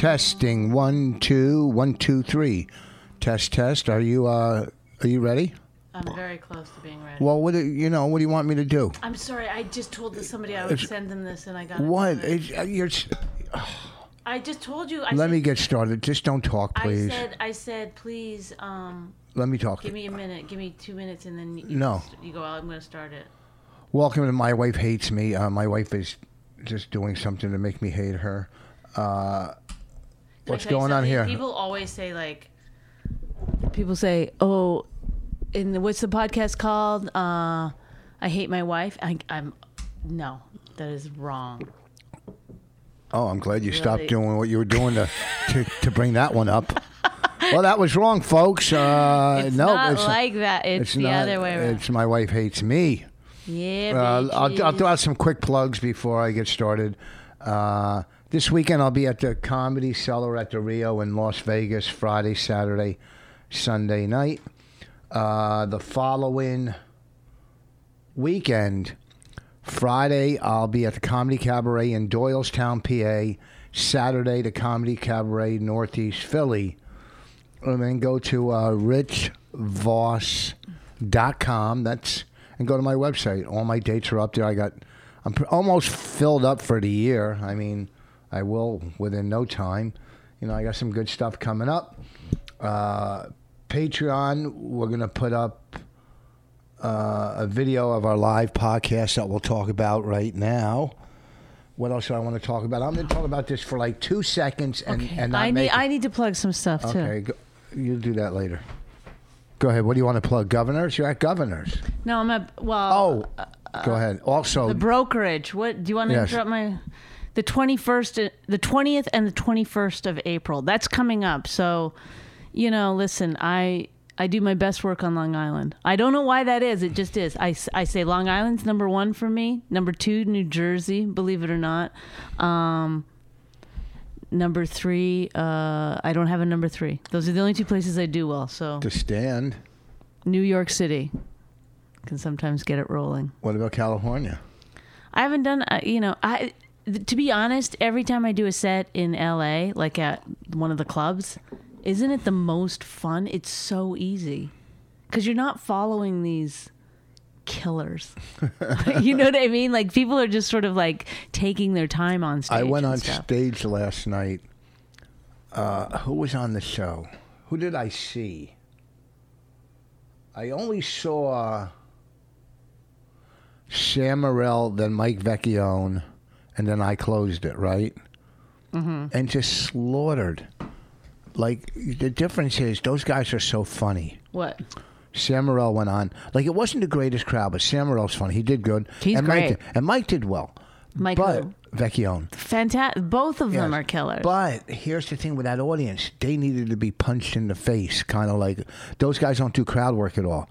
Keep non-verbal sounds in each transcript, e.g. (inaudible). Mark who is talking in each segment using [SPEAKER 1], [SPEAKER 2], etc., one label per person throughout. [SPEAKER 1] Testing one two one two three, test test. Are you uh are you ready?
[SPEAKER 2] I'm very close to being ready.
[SPEAKER 1] Well, what do, you know? What do you want me to do?
[SPEAKER 2] I'm sorry, I just told this somebody I would send them this and I got it.
[SPEAKER 1] What?
[SPEAKER 2] wrong.
[SPEAKER 1] It's, uh, you're, s-
[SPEAKER 2] I just told you. I
[SPEAKER 1] let
[SPEAKER 2] said,
[SPEAKER 1] me get started. Just don't talk, please.
[SPEAKER 2] I said, I said, please, um,
[SPEAKER 1] let me talk.
[SPEAKER 2] give me a minute, give me two minutes, and then you,
[SPEAKER 1] No.
[SPEAKER 2] you go. I'm going to start it.
[SPEAKER 1] Welcome to my wife hates me. Uh, my wife is just doing something to make me hate her. Uh,
[SPEAKER 2] Can I
[SPEAKER 1] what's
[SPEAKER 2] tell you
[SPEAKER 1] going on
[SPEAKER 2] something?
[SPEAKER 1] here?
[SPEAKER 2] People always say like, people say, oh, in the, what's the podcast called? Uh, I hate my wife. I, I'm, no, that is wrong.
[SPEAKER 1] oh, I'm glad you stopped
[SPEAKER 2] Really?
[SPEAKER 1] doing what you were doing to to, to bring that one
[SPEAKER 2] (laughs)
[SPEAKER 1] up. Well, that was wrong, folks. Uh,
[SPEAKER 2] It's
[SPEAKER 1] no,
[SPEAKER 2] not
[SPEAKER 1] it's,
[SPEAKER 2] like that. It's,
[SPEAKER 1] it's
[SPEAKER 2] the
[SPEAKER 1] not-
[SPEAKER 2] other way around.
[SPEAKER 1] It's my wife hates me.
[SPEAKER 2] Yeah,
[SPEAKER 1] Uh, I'll, I'll
[SPEAKER 2] bitches.
[SPEAKER 1] throw out some quick plugs before I get started. Uh, this weekend, I'll be at the Comedy Cellar at the Rio in Las Vegas Friday, Saturday, Sunday night. Uh, the following weekend, Friday, I'll be at the Comedy Cabaret in Doylestown, PA. Saturday, the Comedy Cabaret, Northeast Philly and then go to uh, richvoss.com. That's and go to my website. All my dates are up there. I got I'm pr- almost filled up for the year. I mean, I will within no time. You know, I got some good stuff coming up. Uh, Patreon, we're gonna put up uh, a video of our live podcast that we'll talk about right now. What else do I want to talk about? I'm going to talk about this for like two seconds and,
[SPEAKER 2] Okay.
[SPEAKER 1] and not
[SPEAKER 2] I
[SPEAKER 1] make
[SPEAKER 2] need
[SPEAKER 1] it.
[SPEAKER 2] I need to plug some stuff too.
[SPEAKER 1] Okay, go, you'll do that later. Go ahead. What do you want to plug? Governors? You're at Governors.
[SPEAKER 2] No, I'm a well.
[SPEAKER 1] Oh, go ahead. Also,
[SPEAKER 2] the brokerage. What do you want to
[SPEAKER 1] Yes.
[SPEAKER 2] interrupt my? The twenty first, the twentieth, and the twenty first of April. That's coming up. So, you know, listen, I I do my best work on Long Island. I don't know why that is. It just is. I, s- I say Long Island's number one for me. Number two, New Jersey. Believe it or not. Um, number three, uh, I don't have a number three. Those are the only two places I do well. So
[SPEAKER 1] the stand.
[SPEAKER 2] New York City can sometimes get it rolling.
[SPEAKER 1] What about California?
[SPEAKER 2] I haven't done, uh, you know, I th- to be honest, every time I do a set in LA, like at one of the clubs, isn't it the most fun? It's so easy because you're not following these killers. (laughs) you know what I mean? Like people are just sort of like taking their time on stage.
[SPEAKER 1] I went
[SPEAKER 2] and
[SPEAKER 1] on
[SPEAKER 2] stuff.
[SPEAKER 1] stage last night. Uh, who was on the show? Who did I see? I only saw Sam Morril, then Mike Vecchione, and then I closed it, right? Mm-hmm. And just slaughtered. Like, the difference is those guys are so funny.
[SPEAKER 2] What?
[SPEAKER 1] Sam Morril went on. Like, it wasn't the greatest crowd, but Sam Morril's funny. He did good.
[SPEAKER 2] He's
[SPEAKER 1] and Mike
[SPEAKER 2] great.
[SPEAKER 1] did, and Mike did well.
[SPEAKER 2] Mike
[SPEAKER 1] but
[SPEAKER 2] who?
[SPEAKER 1] Vecchione.
[SPEAKER 2] Fantastic. Both of them
[SPEAKER 1] Yes.
[SPEAKER 2] are killers.
[SPEAKER 1] But here's the thing with that audience: they needed to be punched in the face, kind of like those guys don't do crowd work at all.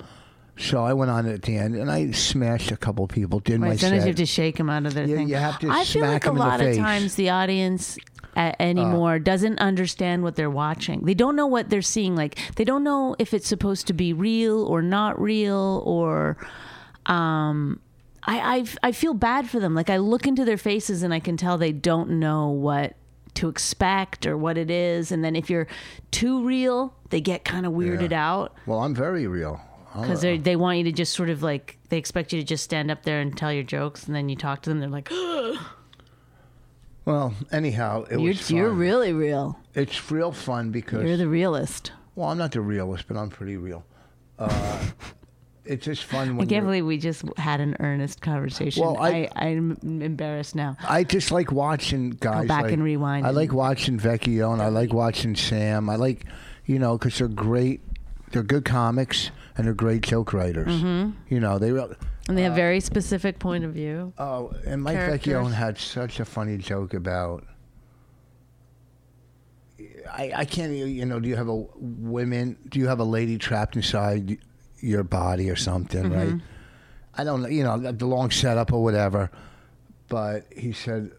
[SPEAKER 1] So I went on at the end and I smashed a couple people. Did my
[SPEAKER 2] Right, sometimes
[SPEAKER 1] set.
[SPEAKER 2] you have to shake them out of their
[SPEAKER 1] You-
[SPEAKER 2] thing.
[SPEAKER 1] you have to
[SPEAKER 2] I feel
[SPEAKER 1] smack
[SPEAKER 2] like
[SPEAKER 1] 'em
[SPEAKER 2] a
[SPEAKER 1] in the
[SPEAKER 2] lot
[SPEAKER 1] face. Uh.
[SPEAKER 2] of times the audience a anymore doesn't understand what they're watching. They don't know what they're seeing. Like they don't know if it's supposed to be real or not real or. Um, I, I I feel bad for them. Like I look into their faces and I can tell they don't know what to expect or what it is. And then if you're too real, they get kind of weirded out
[SPEAKER 1] well, I'm very real. I'm
[SPEAKER 2] because they they want you to just sort of like they expect you to just stand up there and tell your jokes, and then you talk to them. They're like,
[SPEAKER 1] a- well, anyhow, it
[SPEAKER 2] "You're
[SPEAKER 1] was
[SPEAKER 2] you're
[SPEAKER 1] fun.
[SPEAKER 2] really real.
[SPEAKER 1] It's real fun because
[SPEAKER 2] You're the realist."
[SPEAKER 1] well, I'm not the realist, but I'm pretty real. Uh, it's just fun
[SPEAKER 2] I
[SPEAKER 1] when
[SPEAKER 2] can't
[SPEAKER 1] you're-
[SPEAKER 2] believe we just had an earnest conversation.
[SPEAKER 1] Well, I-
[SPEAKER 2] I, I, am embarrassed now.
[SPEAKER 1] I just like watching guys.
[SPEAKER 2] back
[SPEAKER 1] like-
[SPEAKER 2] and rewind
[SPEAKER 1] I
[SPEAKER 2] and-
[SPEAKER 1] like watching Vecchio and I like watching Sam. I like, you know, because they're great. They're good comics and they're great joke writers.
[SPEAKER 2] Mm-hmm.
[SPEAKER 1] You know, they. re-
[SPEAKER 3] And
[SPEAKER 1] Uh,
[SPEAKER 3] they have very specific point of view.
[SPEAKER 1] Oh, and Mike Vecchio
[SPEAKER 3] Characters.
[SPEAKER 1] had such a funny joke about. I, I can't even- you know do you have a women do you have a lady trapped inside your body or something
[SPEAKER 2] Mm-hmm.
[SPEAKER 1] right I don't know you know the long setup or whatever but he said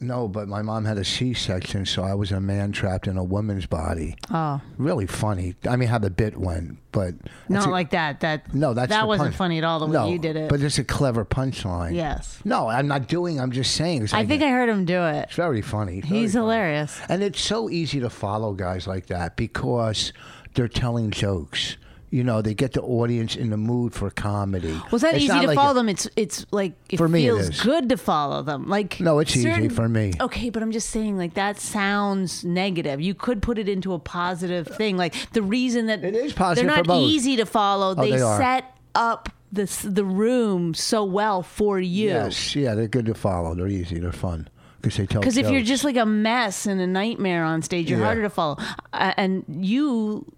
[SPEAKER 1] no but my mom had a C-section so I was a man trapped in a woman's body
[SPEAKER 2] Oh,
[SPEAKER 1] really funny I mean how the bit went but
[SPEAKER 2] not like that. That
[SPEAKER 1] no that's
[SPEAKER 2] that
[SPEAKER 1] the
[SPEAKER 2] wasn't
[SPEAKER 1] punch.
[SPEAKER 2] funny at all. The way
[SPEAKER 1] no,
[SPEAKER 2] you did it.
[SPEAKER 1] but it's a clever punchline
[SPEAKER 2] yes,
[SPEAKER 1] no, I'm not doing. I'm just saying. It's
[SPEAKER 2] I
[SPEAKER 1] like-
[SPEAKER 2] think I heard him do it.
[SPEAKER 1] it's very funny. Very
[SPEAKER 2] He's
[SPEAKER 1] funny.
[SPEAKER 2] hilarious.
[SPEAKER 1] And it's so easy to follow guys like that because they're telling jokes. You know, they get the audience in the mood for comedy.
[SPEAKER 2] Was that
[SPEAKER 1] It's
[SPEAKER 2] easy
[SPEAKER 1] not
[SPEAKER 2] to
[SPEAKER 1] like
[SPEAKER 2] follow
[SPEAKER 1] a-
[SPEAKER 2] them? It's it's like it
[SPEAKER 1] For me, it
[SPEAKER 2] feels
[SPEAKER 1] is.
[SPEAKER 2] good to follow them. Like
[SPEAKER 1] No, it's easy
[SPEAKER 2] certain-
[SPEAKER 1] for me.
[SPEAKER 2] Okay, but I'm just saying like that sounds negative. You could put it into a positive thing. Like the reason that
[SPEAKER 1] It is positive
[SPEAKER 2] they're
[SPEAKER 1] for
[SPEAKER 2] not
[SPEAKER 1] both. Oh,
[SPEAKER 2] easy to follow. they,
[SPEAKER 1] they are.
[SPEAKER 2] set up this the room so well for you.
[SPEAKER 1] Yes, yeah, they're good to follow. They're easy. They're fun because they tell.
[SPEAKER 2] Because if you're
[SPEAKER 1] jokes.
[SPEAKER 2] just like a mess and a nightmare on stage, you're
[SPEAKER 1] Yeah.
[SPEAKER 2] harder to follow, uh, and you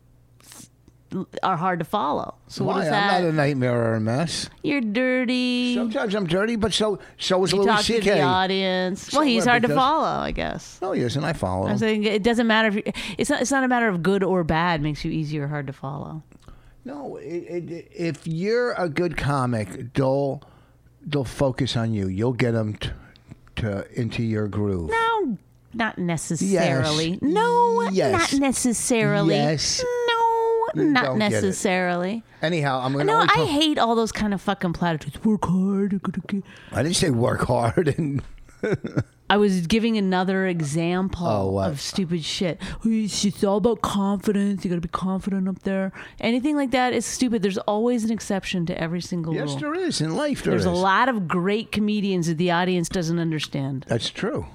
[SPEAKER 2] are hard to follow. So
[SPEAKER 1] why
[SPEAKER 2] what is
[SPEAKER 1] I'm
[SPEAKER 2] that?
[SPEAKER 1] not a nightmare or a mess.
[SPEAKER 2] you're dirty.
[SPEAKER 1] Sometimes I'm dirty, but so so is
[SPEAKER 2] You
[SPEAKER 1] Louis
[SPEAKER 2] talk to the
[SPEAKER 1] C.K.
[SPEAKER 2] audience. Well, he's
[SPEAKER 1] what,
[SPEAKER 2] hard to
[SPEAKER 1] because-
[SPEAKER 2] follow, I guess.
[SPEAKER 1] No, he isn't. I follow
[SPEAKER 2] I'm
[SPEAKER 1] him.
[SPEAKER 2] saying it doesn't matter if you, it's not. It's not a matter of good or bad. Makes you easy or hard to follow.
[SPEAKER 1] No, it, it, if you're a good comic, they'll they'll focus on you. You'll get them t- to into your groove.
[SPEAKER 2] No, not necessarily.
[SPEAKER 1] Yes.
[SPEAKER 2] No,
[SPEAKER 1] Yes.
[SPEAKER 2] not necessarily.
[SPEAKER 1] Yes. Mm,
[SPEAKER 2] No, not
[SPEAKER 1] Don't get it.
[SPEAKER 2] necessarily.
[SPEAKER 1] Anyhow, I'm gonna.
[SPEAKER 2] No,
[SPEAKER 1] only
[SPEAKER 2] I
[SPEAKER 1] talk-
[SPEAKER 2] hate all those kind of fucking platitudes. Work hard.
[SPEAKER 1] I didn't say work hard and
[SPEAKER 2] I was giving another example
[SPEAKER 1] Oh, what?
[SPEAKER 2] of stupid shit. It's it's all about confidence. You got to be confident up there. Anything like that is stupid. There's always an exception to every single
[SPEAKER 1] yes,
[SPEAKER 2] rule.
[SPEAKER 1] there is in life. There
[SPEAKER 2] There's a
[SPEAKER 1] is.
[SPEAKER 2] lot of great comedians that the audience doesn't understand.
[SPEAKER 1] That's true.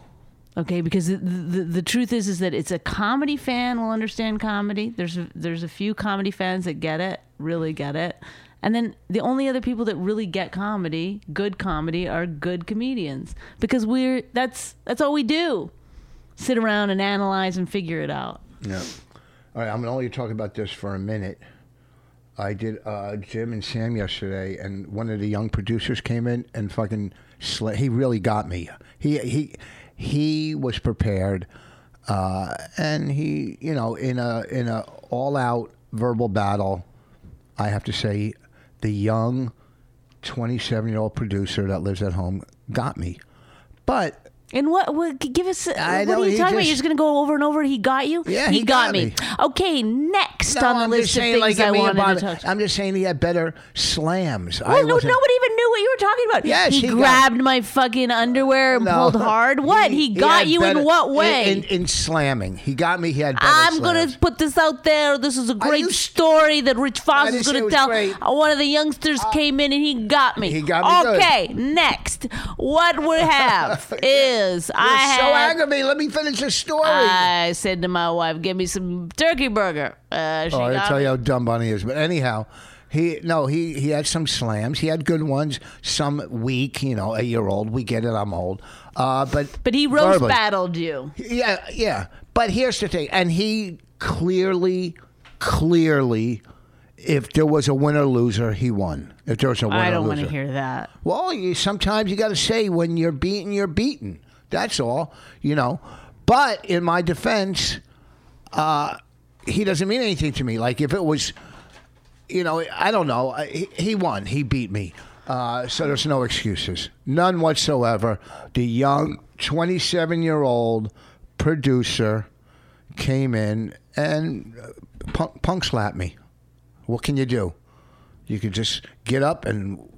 [SPEAKER 2] Okay, because the, the the truth is is that it's a comedy fan will understand comedy. There's a, there's a few comedy fans that get it, really get it, and then the only other people that really get comedy, good comedy, are good comedians because we're that's that's all we do, sit around and analyze and figure it out.
[SPEAKER 1] Yeah. All right, I'm gonna only talk about this for a minute. I did uh, Jim and Sam yesterday, and one of the young producers came in and fucking sla- he really got me. He he he was prepared, uh, and he you know in a in a all out verbal battle. I have to say, the young, twenty seven year old producer that lives at home got me, but
[SPEAKER 2] And what, what give us
[SPEAKER 1] I
[SPEAKER 2] what
[SPEAKER 1] know,
[SPEAKER 2] are you
[SPEAKER 1] he
[SPEAKER 2] talking about? You're
[SPEAKER 1] just-
[SPEAKER 2] just gonna go over and over. He got you.
[SPEAKER 1] Yeah,
[SPEAKER 2] he,
[SPEAKER 1] he
[SPEAKER 2] got,
[SPEAKER 1] got
[SPEAKER 2] me.
[SPEAKER 1] me.
[SPEAKER 2] Okay, next
[SPEAKER 1] No,
[SPEAKER 2] on the
[SPEAKER 1] I'm
[SPEAKER 2] list
[SPEAKER 1] just
[SPEAKER 2] of
[SPEAKER 1] saying,
[SPEAKER 2] things
[SPEAKER 1] like, it
[SPEAKER 2] I
[SPEAKER 1] may
[SPEAKER 2] wanted
[SPEAKER 1] bother-
[SPEAKER 2] to talk. to-
[SPEAKER 1] I'm just saying he had better slams. I
[SPEAKER 2] Well, no,
[SPEAKER 1] wasn't-
[SPEAKER 2] nobody even knew what you were talking about.
[SPEAKER 1] Yes,
[SPEAKER 2] he,
[SPEAKER 1] he got-
[SPEAKER 2] grabbed my fucking underwear and
[SPEAKER 1] No.
[SPEAKER 2] pulled hard. What? He, got
[SPEAKER 1] had
[SPEAKER 2] you
[SPEAKER 1] better-
[SPEAKER 2] in what way?
[SPEAKER 1] In, in, in slamming. He got me. He had better
[SPEAKER 2] I'm going
[SPEAKER 1] slams.
[SPEAKER 2] to put this out there. This is a great
[SPEAKER 1] didn't-
[SPEAKER 2] story that Rich
[SPEAKER 1] I
[SPEAKER 2] Fox
[SPEAKER 1] didn't
[SPEAKER 2] is
[SPEAKER 1] say it
[SPEAKER 2] going to
[SPEAKER 1] was
[SPEAKER 2] tell.
[SPEAKER 1] great.
[SPEAKER 2] Uh, One of the youngsters came in and he got me.
[SPEAKER 1] He got me good.
[SPEAKER 2] Okay, next. What
[SPEAKER 1] (laughs)
[SPEAKER 2] we have is I
[SPEAKER 1] You're so
[SPEAKER 2] have.
[SPEAKER 1] aggravated. Let me finish the story.
[SPEAKER 2] I said to my wife, "Give me some turkey burger." Uh, she
[SPEAKER 1] Oh, I
[SPEAKER 2] got
[SPEAKER 1] tell
[SPEAKER 2] me.
[SPEAKER 1] you how dumb Bunny is. But anyhow, he no, he he had some slams. He had good ones. Some weak. You know, a year old. We get it. I'm old. Uh, but
[SPEAKER 2] but he roast
[SPEAKER 1] verbally.
[SPEAKER 2] battled you.
[SPEAKER 1] Yeah, yeah. But here's the thing, and he clearly, clearly, if there was a winner loser, he won. If there was a winner
[SPEAKER 2] I don't
[SPEAKER 1] loser,
[SPEAKER 2] want to hear that.
[SPEAKER 1] Well, you, sometimes you got to say when you're beaten, you're beaten. That's all, you know. But in my defense, uh, he doesn't mean anything to me. Like if it was, you know, I don't know. I- He, he won. He beat me. Uh, so there's no excuses, none whatsoever. The young 27 year old producer came in and uh, punk, punk slapped me. What can you do? You could just get up and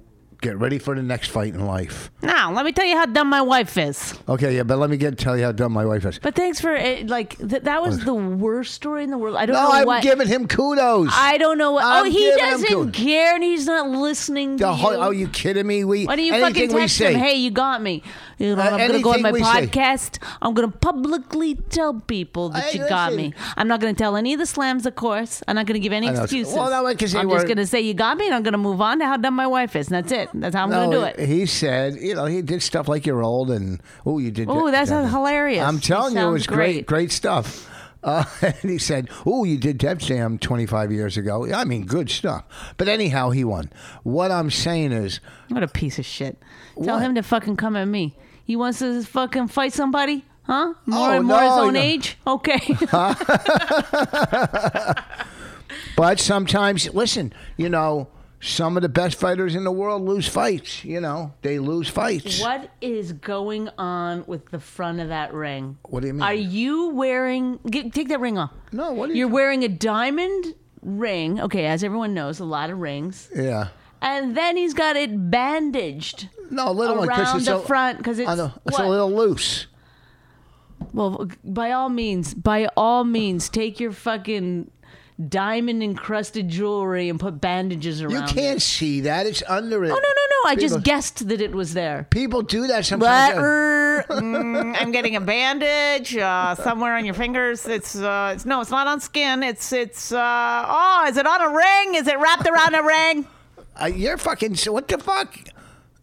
[SPEAKER 1] Get ready for the next fight in life.
[SPEAKER 2] Now, let me tell you how dumb my wife is.
[SPEAKER 1] Okay, yeah, but let me get tell you how dumb my wife is.
[SPEAKER 2] But thanks for it. Like th- that was the worst story in the world. I don't
[SPEAKER 1] No,
[SPEAKER 2] know
[SPEAKER 1] I'm
[SPEAKER 2] what.
[SPEAKER 1] giving him kudos.
[SPEAKER 2] I don't know what. oh,
[SPEAKER 1] I'm
[SPEAKER 2] he
[SPEAKER 1] giving him
[SPEAKER 2] doesn't
[SPEAKER 1] kudos.
[SPEAKER 2] care, and he's not listening.
[SPEAKER 1] The
[SPEAKER 2] to
[SPEAKER 1] whole,
[SPEAKER 2] you.
[SPEAKER 1] are you kidding me? We
[SPEAKER 2] Why do you
[SPEAKER 1] anything
[SPEAKER 2] fucking
[SPEAKER 1] we
[SPEAKER 2] text
[SPEAKER 1] say. Uh,
[SPEAKER 2] him? Hey, you got me. You know, I'm gonna go on
[SPEAKER 1] anything
[SPEAKER 2] my
[SPEAKER 1] we say.
[SPEAKER 2] podcast. I'm gonna publicly tell people that
[SPEAKER 1] Hey,
[SPEAKER 2] you got
[SPEAKER 1] listen.
[SPEAKER 2] me. I'm not gonna tell any of the slams, of course. I'm not gonna give any
[SPEAKER 1] I know.
[SPEAKER 2] excuses.
[SPEAKER 1] Well, no, like you say,
[SPEAKER 2] I'm
[SPEAKER 1] we're-
[SPEAKER 2] just gonna say you got me, and I'm gonna move on to how dumb my wife is, and that's it. That's how I'm
[SPEAKER 1] no,
[SPEAKER 2] gonna do it.
[SPEAKER 1] He said, you know, he did stuff like you're old and oh, you did.
[SPEAKER 2] Oh, that sounds
[SPEAKER 1] sounds
[SPEAKER 2] hilarious.
[SPEAKER 1] I'm
[SPEAKER 2] It
[SPEAKER 1] telling you, it
[SPEAKER 2] sounds
[SPEAKER 1] was great,
[SPEAKER 2] great.
[SPEAKER 1] great, stuff. Uh, (laughs) and he said, "Oh, you did Def Jam 25 years ago. I mean, good stuff." But anyhow, he won. What I'm saying is,
[SPEAKER 2] What a piece of shit. Tell
[SPEAKER 1] What?
[SPEAKER 2] him to fucking come at me. He wants to fucking fight somebody? Huh? More
[SPEAKER 1] Oh,
[SPEAKER 2] and more his
[SPEAKER 1] no,
[SPEAKER 2] own
[SPEAKER 1] no.
[SPEAKER 2] age?
[SPEAKER 1] (laughs)
[SPEAKER 2] Okay.
[SPEAKER 1] but sometimes, listen, you know, some of the best fighters in the world lose fights. You know, they lose fights.
[SPEAKER 2] what is going on with the front of that ring?
[SPEAKER 1] What do you mean?
[SPEAKER 2] Are you wearing. Get, take that ring off.
[SPEAKER 1] No, what are you
[SPEAKER 2] You're wearing a diamond ring. Okay, as everyone knows, a lot of rings.
[SPEAKER 1] Yeah.
[SPEAKER 2] And then he's got it bandaged
[SPEAKER 1] No, a little one because
[SPEAKER 2] around
[SPEAKER 1] it's
[SPEAKER 2] the
[SPEAKER 1] a,
[SPEAKER 2] front because it's.
[SPEAKER 1] I know, it's a
[SPEAKER 2] what?
[SPEAKER 1] little loose.
[SPEAKER 2] Well, by all means, by all means, take your fucking diamond encrusted jewelry and put bandages around.
[SPEAKER 1] You
[SPEAKER 2] It.
[SPEAKER 1] can't see that. It's under it.
[SPEAKER 2] Oh no no no! I
[SPEAKER 1] People-
[SPEAKER 2] just guessed that it was there.
[SPEAKER 1] People do that sometimes. Uh,
[SPEAKER 2] But
[SPEAKER 1] Yeah.
[SPEAKER 2] Mm, I'm getting a bandage uh, somewhere on your fingers. It's, uh, it's no, it's not on skin. It's it's uh, oh, is it on a ring? Is it wrapped around a ring?
[SPEAKER 1] Uh, you're fucking. so What the fuck?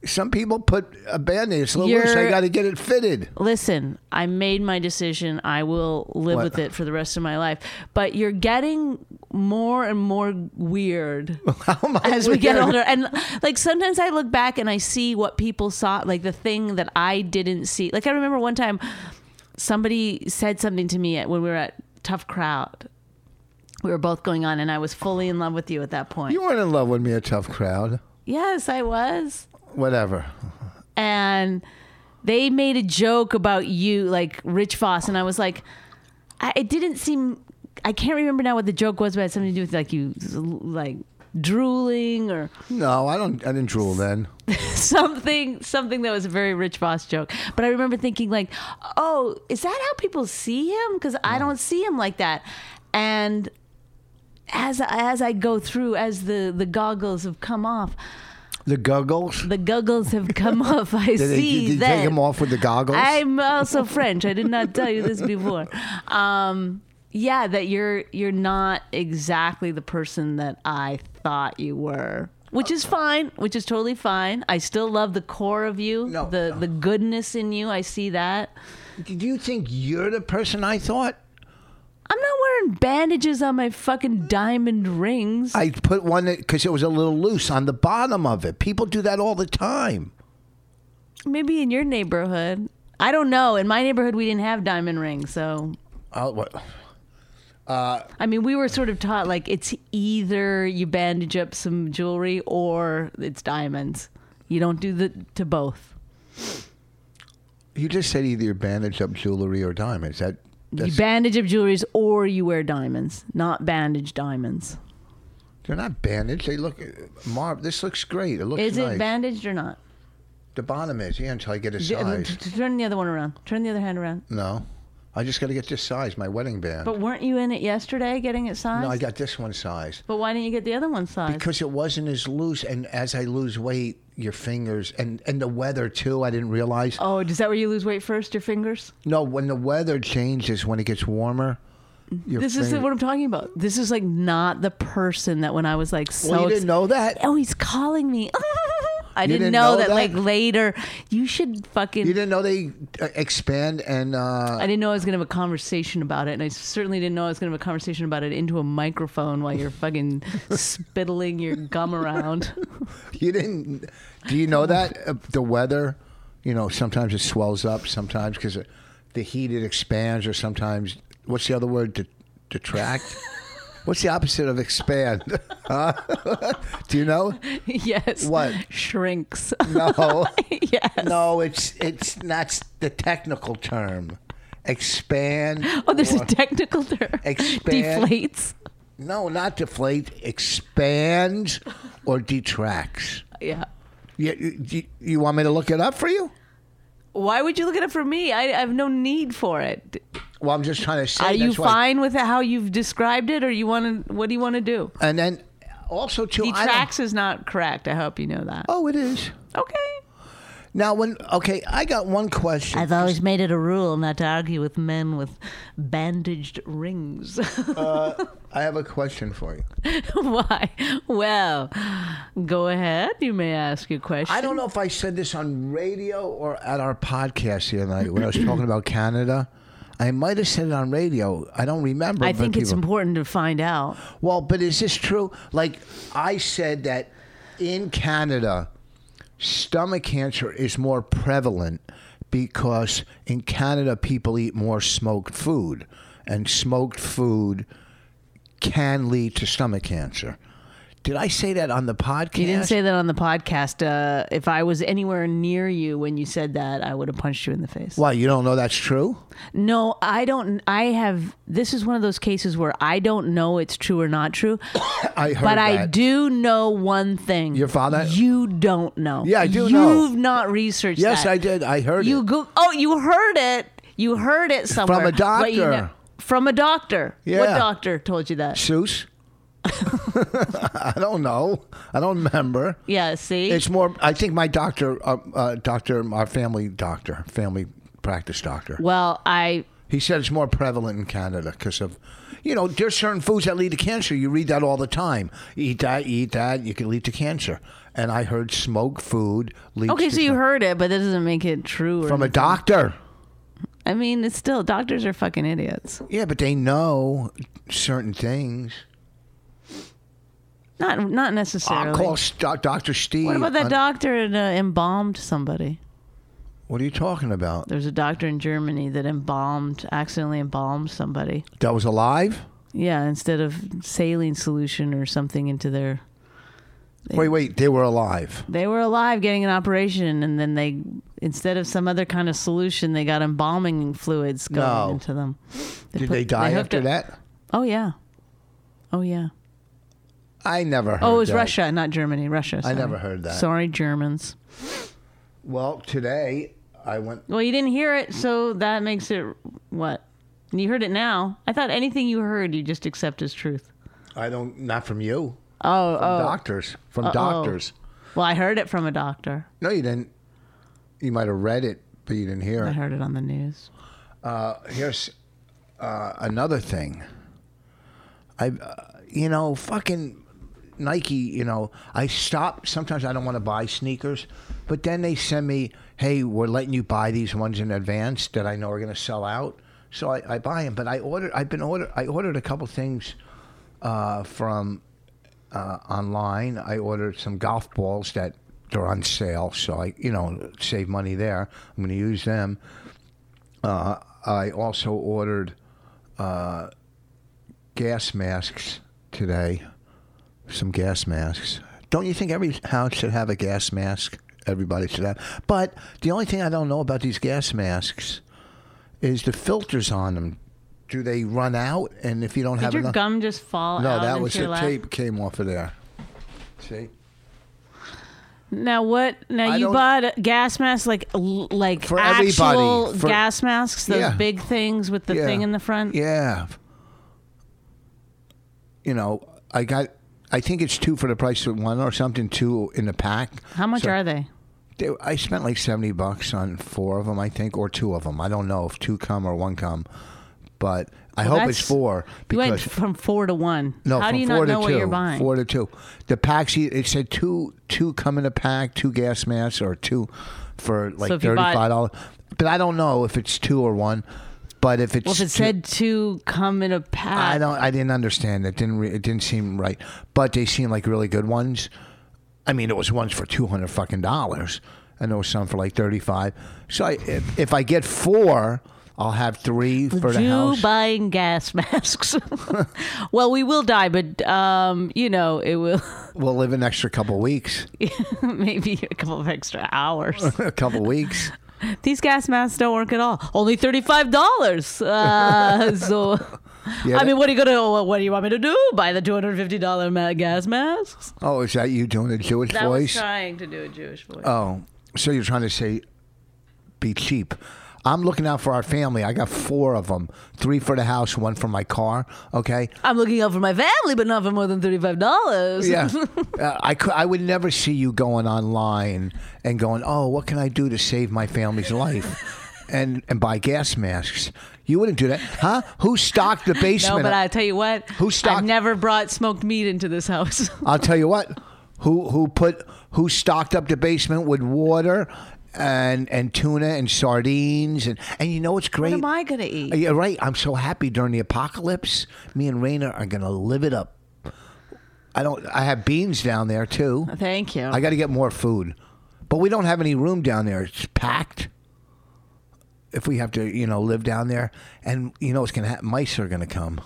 [SPEAKER 1] Some people put a band aid. It's a little loose. I
[SPEAKER 2] You're-
[SPEAKER 1] got to get it
[SPEAKER 2] (laughs)
[SPEAKER 1] fitted.
[SPEAKER 2] Listen, I made my decision. I will live
[SPEAKER 1] What?
[SPEAKER 2] with it for the rest of my life. But you're getting more and more weird.
[SPEAKER 1] How am I
[SPEAKER 2] as we get
[SPEAKER 1] weird?
[SPEAKER 2] older and like sometimes i look back and i see what people saw like the thing that i didn't see like i remember one time somebody said something to me at, when we were at tough crowd we were both going on and i was fully in love with you at that point
[SPEAKER 1] You weren't in love with me, a tough crowd.
[SPEAKER 2] yes i was
[SPEAKER 1] Whatever.
[SPEAKER 2] and they made a joke about you like rich foss and i was like I, it didn't seem i can't remember now what the joke was but it had something to do with like you like drooling or
[SPEAKER 1] No, I don't. I didn't drool then.
[SPEAKER 2] (laughs) something something that was a very rich boss joke but i remember thinking like oh is that how people see him because i don't see him like that and as as i go through as the the goggles have come off
[SPEAKER 1] The goggles.
[SPEAKER 2] the goggles have come off i
[SPEAKER 1] Did, they,
[SPEAKER 2] see
[SPEAKER 1] did you
[SPEAKER 2] that
[SPEAKER 1] take them off with the goggles?
[SPEAKER 2] i'm also french i did not tell you this before um yeah that you're you're not exactly the person that i thought you were which is fine which is totally fine i still love the core of you
[SPEAKER 1] No.
[SPEAKER 2] the the goodness in you i see that
[SPEAKER 1] Did you think you're the person I thought?
[SPEAKER 2] i'm not wearing bandages on my fucking diamond rings
[SPEAKER 1] I put one because it was a little loose on the bottom of it. People do that all the time.
[SPEAKER 2] maybe in your neighborhood i don't know in my neighborhood we didn't have diamond rings so
[SPEAKER 1] Oh, what?
[SPEAKER 2] I mean, we were sort of taught like it's either you bandage up some jewelry or it's diamonds. You don't do the to both.
[SPEAKER 1] You just said either you bandage up jewelry or diamonds. That
[SPEAKER 2] you
[SPEAKER 1] that's,
[SPEAKER 2] bandage up jewelries or you wear diamonds, not bandage diamonds.
[SPEAKER 1] they're not bandaged. They look Marv. This looks great. It looks
[SPEAKER 2] Is
[SPEAKER 1] nice.
[SPEAKER 2] it bandaged or not?
[SPEAKER 1] the bottom is yeah. Until I get a
[SPEAKER 2] D-
[SPEAKER 1] size.
[SPEAKER 2] t- t- Turn the other one around. Turn the other hand around.
[SPEAKER 1] no, I just got to get this size. My wedding band.
[SPEAKER 2] But weren't you in it yesterday getting it sized?
[SPEAKER 1] no, I got this one size
[SPEAKER 2] but why didn't you get the other one sized?
[SPEAKER 1] because it wasn't as loose. And as I lose weight, your fingers and and the weather too. I didn't realize.
[SPEAKER 2] oh, is that where you lose weight first? Your fingers.
[SPEAKER 1] No, when the weather changes, when it gets warmer. Your
[SPEAKER 2] This
[SPEAKER 1] finger-
[SPEAKER 2] is what I'm talking about. This is like not the person that when I was like so.
[SPEAKER 1] Well, you
[SPEAKER 2] ex-
[SPEAKER 1] didn't know that.
[SPEAKER 2] oh, he's calling me. (laughs) I didn't,
[SPEAKER 1] didn't
[SPEAKER 2] know,
[SPEAKER 1] know
[SPEAKER 2] that,
[SPEAKER 1] that?
[SPEAKER 2] Like later, you should fucking.
[SPEAKER 1] You didn't know they uh, expand and uh,
[SPEAKER 2] (laughs) I didn't know I was gonna have a conversation about it, and I certainly didn't know I was gonna have a conversation about it into a microphone while
[SPEAKER 1] (laughs)
[SPEAKER 2] you're fucking spittling your gum around. (laughs)
[SPEAKER 1] You didn't? Do you know that uh, the weather? You know, sometimes it swells up, sometimes because the heat it expands, or sometimes what's the other word? Det-
[SPEAKER 2] (laughs)
[SPEAKER 1] detract. what's the opposite of expand? (laughs) Huh? do you
[SPEAKER 2] (laughs)
[SPEAKER 1] know?
[SPEAKER 2] yes.
[SPEAKER 1] What?
[SPEAKER 2] shrinks? (laughs)
[SPEAKER 1] No,
[SPEAKER 2] yes.
[SPEAKER 1] no. It's it's that's the technical term. Expand.
[SPEAKER 2] Oh, there's
[SPEAKER 1] or-
[SPEAKER 2] a technical term.
[SPEAKER 1] Expand.
[SPEAKER 2] Deflates.
[SPEAKER 1] no, not deflate. Expands or detracts.
[SPEAKER 2] Yeah.
[SPEAKER 1] You, you, you want me to look it up for you?
[SPEAKER 2] Why would you look it up for me? I, I have no need for it.
[SPEAKER 1] Well, I'm just trying to say.
[SPEAKER 2] Are you
[SPEAKER 1] that's why-
[SPEAKER 2] fine with how you've described it, or you want to? What do you want to do?
[SPEAKER 1] And then also too. I don't-
[SPEAKER 2] Detracts is not correct. I hope you know that.
[SPEAKER 1] oh, it is.
[SPEAKER 2] Okay.
[SPEAKER 1] Now when okay, I got one question.
[SPEAKER 2] I've always made it a rule not to argue with men with bandaged rings. (laughs)
[SPEAKER 1] Uh, I have a question for you.
[SPEAKER 2] Why? Well, go ahead. You may ask your question.
[SPEAKER 1] I don't know if I said this on radio or at our podcast the other night when I was talking about Canada. I might have said it on radio. I don't remember.
[SPEAKER 2] I
[SPEAKER 1] but
[SPEAKER 2] think it's
[SPEAKER 1] people-
[SPEAKER 2] important to find out.
[SPEAKER 1] Well, but is this true? Like I said that in Canada, stomach cancer is more prevalent because in Canada people eat more smoked food, and smoked food can lead to stomach cancer. Did I say that on the podcast?
[SPEAKER 2] You didn't say that on the podcast. Uh, if I was anywhere near you when you said that, I would have punched you in the face.
[SPEAKER 1] Why you don't know that's true?
[SPEAKER 2] No, I don't. I have. This is one of those cases where I don't know it's true or not true,
[SPEAKER 1] I heard
[SPEAKER 2] but I
[SPEAKER 1] that.
[SPEAKER 2] do know one thing.
[SPEAKER 1] Your father-
[SPEAKER 2] You don't know.
[SPEAKER 1] Yeah, I do
[SPEAKER 2] You've
[SPEAKER 1] know.
[SPEAKER 2] not researched.
[SPEAKER 1] Yes,
[SPEAKER 2] that.
[SPEAKER 1] I did. I heard
[SPEAKER 2] You
[SPEAKER 1] it.
[SPEAKER 2] go. Oh, you heard it. You heard it somewhere
[SPEAKER 1] a
[SPEAKER 2] but you
[SPEAKER 1] doctor.
[SPEAKER 2] know- from a doctor. What
[SPEAKER 1] Yeah.
[SPEAKER 2] doctor told you that?
[SPEAKER 1] Seuss. (laughs) I don't know. I don't remember.
[SPEAKER 2] Yeah. See.
[SPEAKER 1] It's more. I think my doctor, uh, uh, doctor, our family doctor, family practice doctor.
[SPEAKER 2] well, I
[SPEAKER 1] He said it's more prevalent in Canada because of, you know, there's certain foods that lead to cancer. You read that all the time. Eat that, eat that, you can lead to cancer. And I heard smoked food leads.
[SPEAKER 2] okay.
[SPEAKER 1] to
[SPEAKER 2] So you
[SPEAKER 1] can-
[SPEAKER 2] heard it, but that doesn't make it true. Or
[SPEAKER 1] from a doctor.
[SPEAKER 2] I mean, it's still doctors are fucking idiots.
[SPEAKER 1] Yeah, but they know certain things.
[SPEAKER 2] Not not
[SPEAKER 1] I'll
[SPEAKER 2] necessarily.
[SPEAKER 1] call St- uh, Doctor Steve.
[SPEAKER 2] What about that
[SPEAKER 1] on-
[SPEAKER 2] doctor that uh, embalmed somebody?
[SPEAKER 1] What are you talking about?
[SPEAKER 2] There's a doctor in Germany that embalmed, accidentally embalmed somebody.
[SPEAKER 1] That was alive.
[SPEAKER 2] Yeah, instead of saline solution or something into their.
[SPEAKER 1] Wait, wait, they were alive.
[SPEAKER 2] They were alive getting an operation, and then they, instead of some other kind of solution, they got embalming fluids going
[SPEAKER 1] No.
[SPEAKER 2] into them.
[SPEAKER 1] Did
[SPEAKER 2] put-
[SPEAKER 1] they die
[SPEAKER 2] hooked
[SPEAKER 1] after
[SPEAKER 2] it-
[SPEAKER 1] that?
[SPEAKER 2] Oh, yeah. Oh, yeah.
[SPEAKER 1] I never heard.
[SPEAKER 2] Oh, it was
[SPEAKER 1] that.
[SPEAKER 2] Russia, not Germany. Russia.
[SPEAKER 1] I
[SPEAKER 2] sorry.
[SPEAKER 1] never heard that.
[SPEAKER 2] Sorry, Germans.
[SPEAKER 1] Well, today I went.
[SPEAKER 2] Well, you didn't hear it, so that makes it what? You heard it now. I thought anything you heard, you just accept as truth.
[SPEAKER 1] I don't. Not from you.
[SPEAKER 2] Oh,
[SPEAKER 1] From doctors. From doctors.
[SPEAKER 2] Well, I heard it from a doctor.
[SPEAKER 1] No, you didn't. You might have read it, but you didn't hear
[SPEAKER 2] I
[SPEAKER 1] it.
[SPEAKER 2] heard it on the news.
[SPEAKER 1] Here's uh, another thing. I, uh, you know, fucking Nike. You know, I stop. Sometimes I don't want to buy sneakers, but then they send me, "Hey, we're letting you buy these ones in advance that I know are going to sell out." So I, I buy them. But I ordered. I've been ordered. I ordered a couple things uh, from uh, online. I ordered some golf balls that they're on sale, so I, you know, save money there. I'm going to use them. Uh, I also ordered uh, gas masks today. Some gas masks. Don't you think every house should have a gas mask? Everybody should have. But the only thing I don't know about these gas masks is the filters on them. Do they run out? And if you don't have
[SPEAKER 2] Did your
[SPEAKER 1] enough,
[SPEAKER 2] gum just fall
[SPEAKER 1] no,
[SPEAKER 2] out?
[SPEAKER 1] that
[SPEAKER 2] into
[SPEAKER 1] was
[SPEAKER 2] your
[SPEAKER 1] the
[SPEAKER 2] lap?
[SPEAKER 1] tape came off of there. See,
[SPEAKER 2] Now what? Now
[SPEAKER 1] I
[SPEAKER 2] you
[SPEAKER 1] don't-
[SPEAKER 2] bought a gas masks like l- like
[SPEAKER 1] For everybody,
[SPEAKER 2] actual
[SPEAKER 1] for-
[SPEAKER 2] gas masks, those
[SPEAKER 1] Yeah.
[SPEAKER 2] big things with the
[SPEAKER 1] Yeah.
[SPEAKER 2] thing in the front.
[SPEAKER 1] yeah. You know, I got. I think it's two for the price of one or something. Two in the pack.
[SPEAKER 2] How much
[SPEAKER 1] So-
[SPEAKER 2] are they?
[SPEAKER 1] They, I spent like seventy bucks on four of them, I think, or two of them. I don't know if two come or one come, but I
[SPEAKER 2] Well,
[SPEAKER 1] hope it's
[SPEAKER 2] that's-
[SPEAKER 1] four
[SPEAKER 2] You
[SPEAKER 1] because
[SPEAKER 2] went from four to one.
[SPEAKER 1] no,
[SPEAKER 2] How
[SPEAKER 1] from
[SPEAKER 2] do you
[SPEAKER 1] four
[SPEAKER 2] not
[SPEAKER 1] to
[SPEAKER 2] know
[SPEAKER 1] two,
[SPEAKER 2] what you're buying?
[SPEAKER 1] four to two. The packs e- it said two two come in a pack, two gas masks or two for like
[SPEAKER 2] if you
[SPEAKER 1] thirty
[SPEAKER 2] bought-
[SPEAKER 1] five dollars. But I don't know if it's two or one. But if it's
[SPEAKER 2] well, if
[SPEAKER 1] two-
[SPEAKER 2] it said two come in a pack,
[SPEAKER 1] I don't. I didn't understand. It didn't. Re, it didn't seem right. But they seemed like really good ones. I mean, it was ones for two hundred fucking dollars, and there was some for like thirty five. So I, if, if I get four, I'll have three for the
[SPEAKER 2] Jew
[SPEAKER 1] house.
[SPEAKER 2] buying
[SPEAKER 1] (laughs)
[SPEAKER 2] gas (laughs) masks. well, we will die, but um, you know it will (laughs)
[SPEAKER 1] we'll live an extra couple weeks. (laughs)
[SPEAKER 2] maybe a couple of extra hours.
[SPEAKER 1] a couple
[SPEAKER 2] (laughs)
[SPEAKER 1] weeks.
[SPEAKER 2] These gas masks don't work at all. Only thirty five dollars. Uh, (laughs) so
[SPEAKER 1] Yeah,
[SPEAKER 2] I
[SPEAKER 1] that-
[SPEAKER 2] mean, what are you gonna? What, what do you want me to do? Buy the two hundred fifty dollar ma- gas masks?
[SPEAKER 1] oh, is that you doing a Jewish
[SPEAKER 2] That was
[SPEAKER 1] voice?
[SPEAKER 2] trying to do a Jewish voice.
[SPEAKER 1] Oh, so you're trying to say be cheap. I'm looking out for our family. I got four of them three for the house, one for my car. Okay.
[SPEAKER 2] I'm looking out for my family, but not for more than thirty five dollars. (laughs)
[SPEAKER 1] Yeah. uh, I, could, I would never see you going online and going, oh, what can I do to save my family's life?
[SPEAKER 2] (laughs)
[SPEAKER 1] And, and buy gas masks. You wouldn't do that, huh? Who stocked the
[SPEAKER 2] No,
[SPEAKER 1] basement?
[SPEAKER 2] but I tell you what,
[SPEAKER 1] Who stocked-
[SPEAKER 2] I've never brought smoked meat into this (laughs) house.
[SPEAKER 1] I'll tell you what. Who who put who stocked up the basement with water and and tuna and sardines and and you know what's great?
[SPEAKER 2] am I gonna eat?
[SPEAKER 1] Yeah, right. I'm so happy during the apocalypse. Me and Raina are gonna live it up. I don't. I have beans down there too.
[SPEAKER 2] Thank you.
[SPEAKER 1] I got to get more food, but we don't have any room down there. It's packed. If we have to, you know, live down there, and you know what's gonna happen? Mice are gonna come.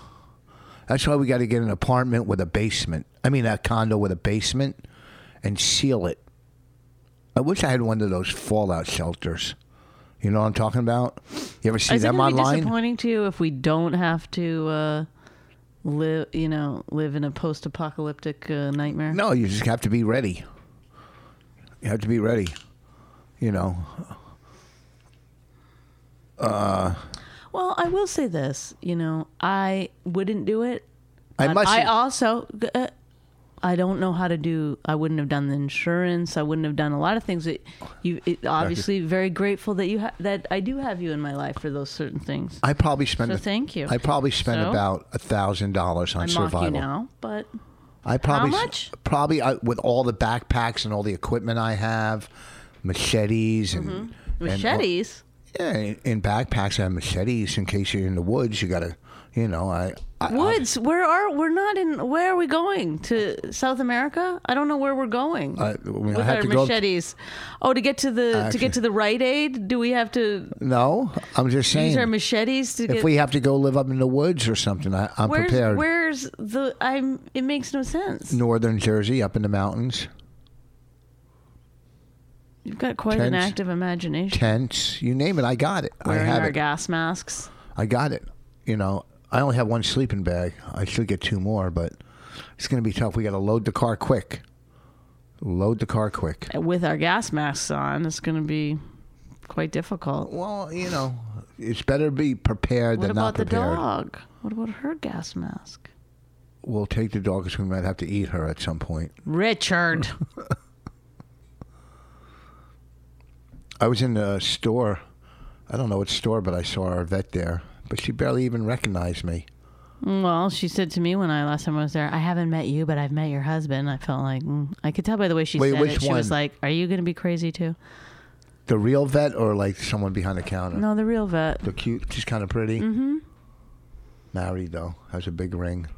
[SPEAKER 1] That's why we got to get an apartment with a basement. I mean, a condo with a basement, and seal it. I wish I had one of those fallout shelters. You know what I'm talking about? You ever see
[SPEAKER 2] Is it
[SPEAKER 1] them
[SPEAKER 2] gonna be
[SPEAKER 1] online?
[SPEAKER 2] disappointing to you if we don't have to uh, live, you know, live in a post-apocalyptic uh, nightmare?
[SPEAKER 1] No, you just have to be ready. You have to be ready. You know,
[SPEAKER 2] Well, I will say this. You know, I wouldn't do it.
[SPEAKER 1] I
[SPEAKER 2] but
[SPEAKER 1] must.
[SPEAKER 2] I also. Uh, I don't know how to do. I wouldn't have done the insurance. I wouldn't have done a lot of things that you. It, obviously, very grateful that you ha- that I do have you in my life for those certain things.
[SPEAKER 1] I probably spent.
[SPEAKER 2] So thank you.
[SPEAKER 1] I probably spent
[SPEAKER 2] So?
[SPEAKER 1] about a thousand dollars on
[SPEAKER 2] I mock
[SPEAKER 1] survival.
[SPEAKER 2] you now, but
[SPEAKER 1] I probably s-
[SPEAKER 2] much?
[SPEAKER 1] probably I, with all the backpacks and all the equipment I have, machetes and and all-
[SPEAKER 2] Mm-hmm. machetes.
[SPEAKER 1] yeah, in backpacks I have machetes in case you're in the woods. You gotta, you know, I, I
[SPEAKER 2] Woods, where are we're not in? Where are we going to South America? I don't know where we're going
[SPEAKER 1] I, I mean, I
[SPEAKER 2] with
[SPEAKER 1] have
[SPEAKER 2] our
[SPEAKER 1] to go.
[SPEAKER 2] machetes. Oh, to get to the to
[SPEAKER 1] Actually-
[SPEAKER 2] get to the Rite Aid, do we have to
[SPEAKER 1] No, I'm just
[SPEAKER 2] use
[SPEAKER 1] saying.
[SPEAKER 2] our machetes to
[SPEAKER 1] if
[SPEAKER 2] get?
[SPEAKER 1] we have to go live up in the woods or something, I, I'm
[SPEAKER 2] where's
[SPEAKER 1] prepared.
[SPEAKER 2] where's the? I'm. It makes no sense.
[SPEAKER 1] Northern Jersey, up in the mountains,
[SPEAKER 2] You've got quite an
[SPEAKER 1] Tents.
[SPEAKER 2] active imagination.
[SPEAKER 1] tents, you name it, I got it. I
[SPEAKER 2] Wearing
[SPEAKER 1] have
[SPEAKER 2] our
[SPEAKER 1] it.
[SPEAKER 2] gas masks.
[SPEAKER 1] I got it. You know, I only have one sleeping bag. I should get two more, but it's going to be tough. We got to load the car quick. Load the car quick.
[SPEAKER 2] With our gas masks on, it's going to be quite difficult.
[SPEAKER 1] Well, you know, it's better to be prepared
[SPEAKER 2] What
[SPEAKER 1] than not
[SPEAKER 2] about the
[SPEAKER 1] prepared.
[SPEAKER 2] dog? What about her gas mask?
[SPEAKER 1] We'll take the dog because we might have to eat her at some point. (laughs)
[SPEAKER 2] Richard.
[SPEAKER 1] I was in a store. I don't know what store, but I saw our vet there. But she barely even recognized me.
[SPEAKER 2] Well, she said to me when I last time I was there, I haven't met you, but I've met your husband. I felt like mm. I could tell by the way she
[SPEAKER 1] Wait,
[SPEAKER 2] said
[SPEAKER 1] which
[SPEAKER 2] it. She was
[SPEAKER 1] one?
[SPEAKER 2] like, "Are you going to be crazy too?"
[SPEAKER 1] The real vet or like someone behind the counter?
[SPEAKER 2] No, the real vet.
[SPEAKER 1] They're cute. She's kind of pretty. Mm-hmm. Married, though. Has a big ring.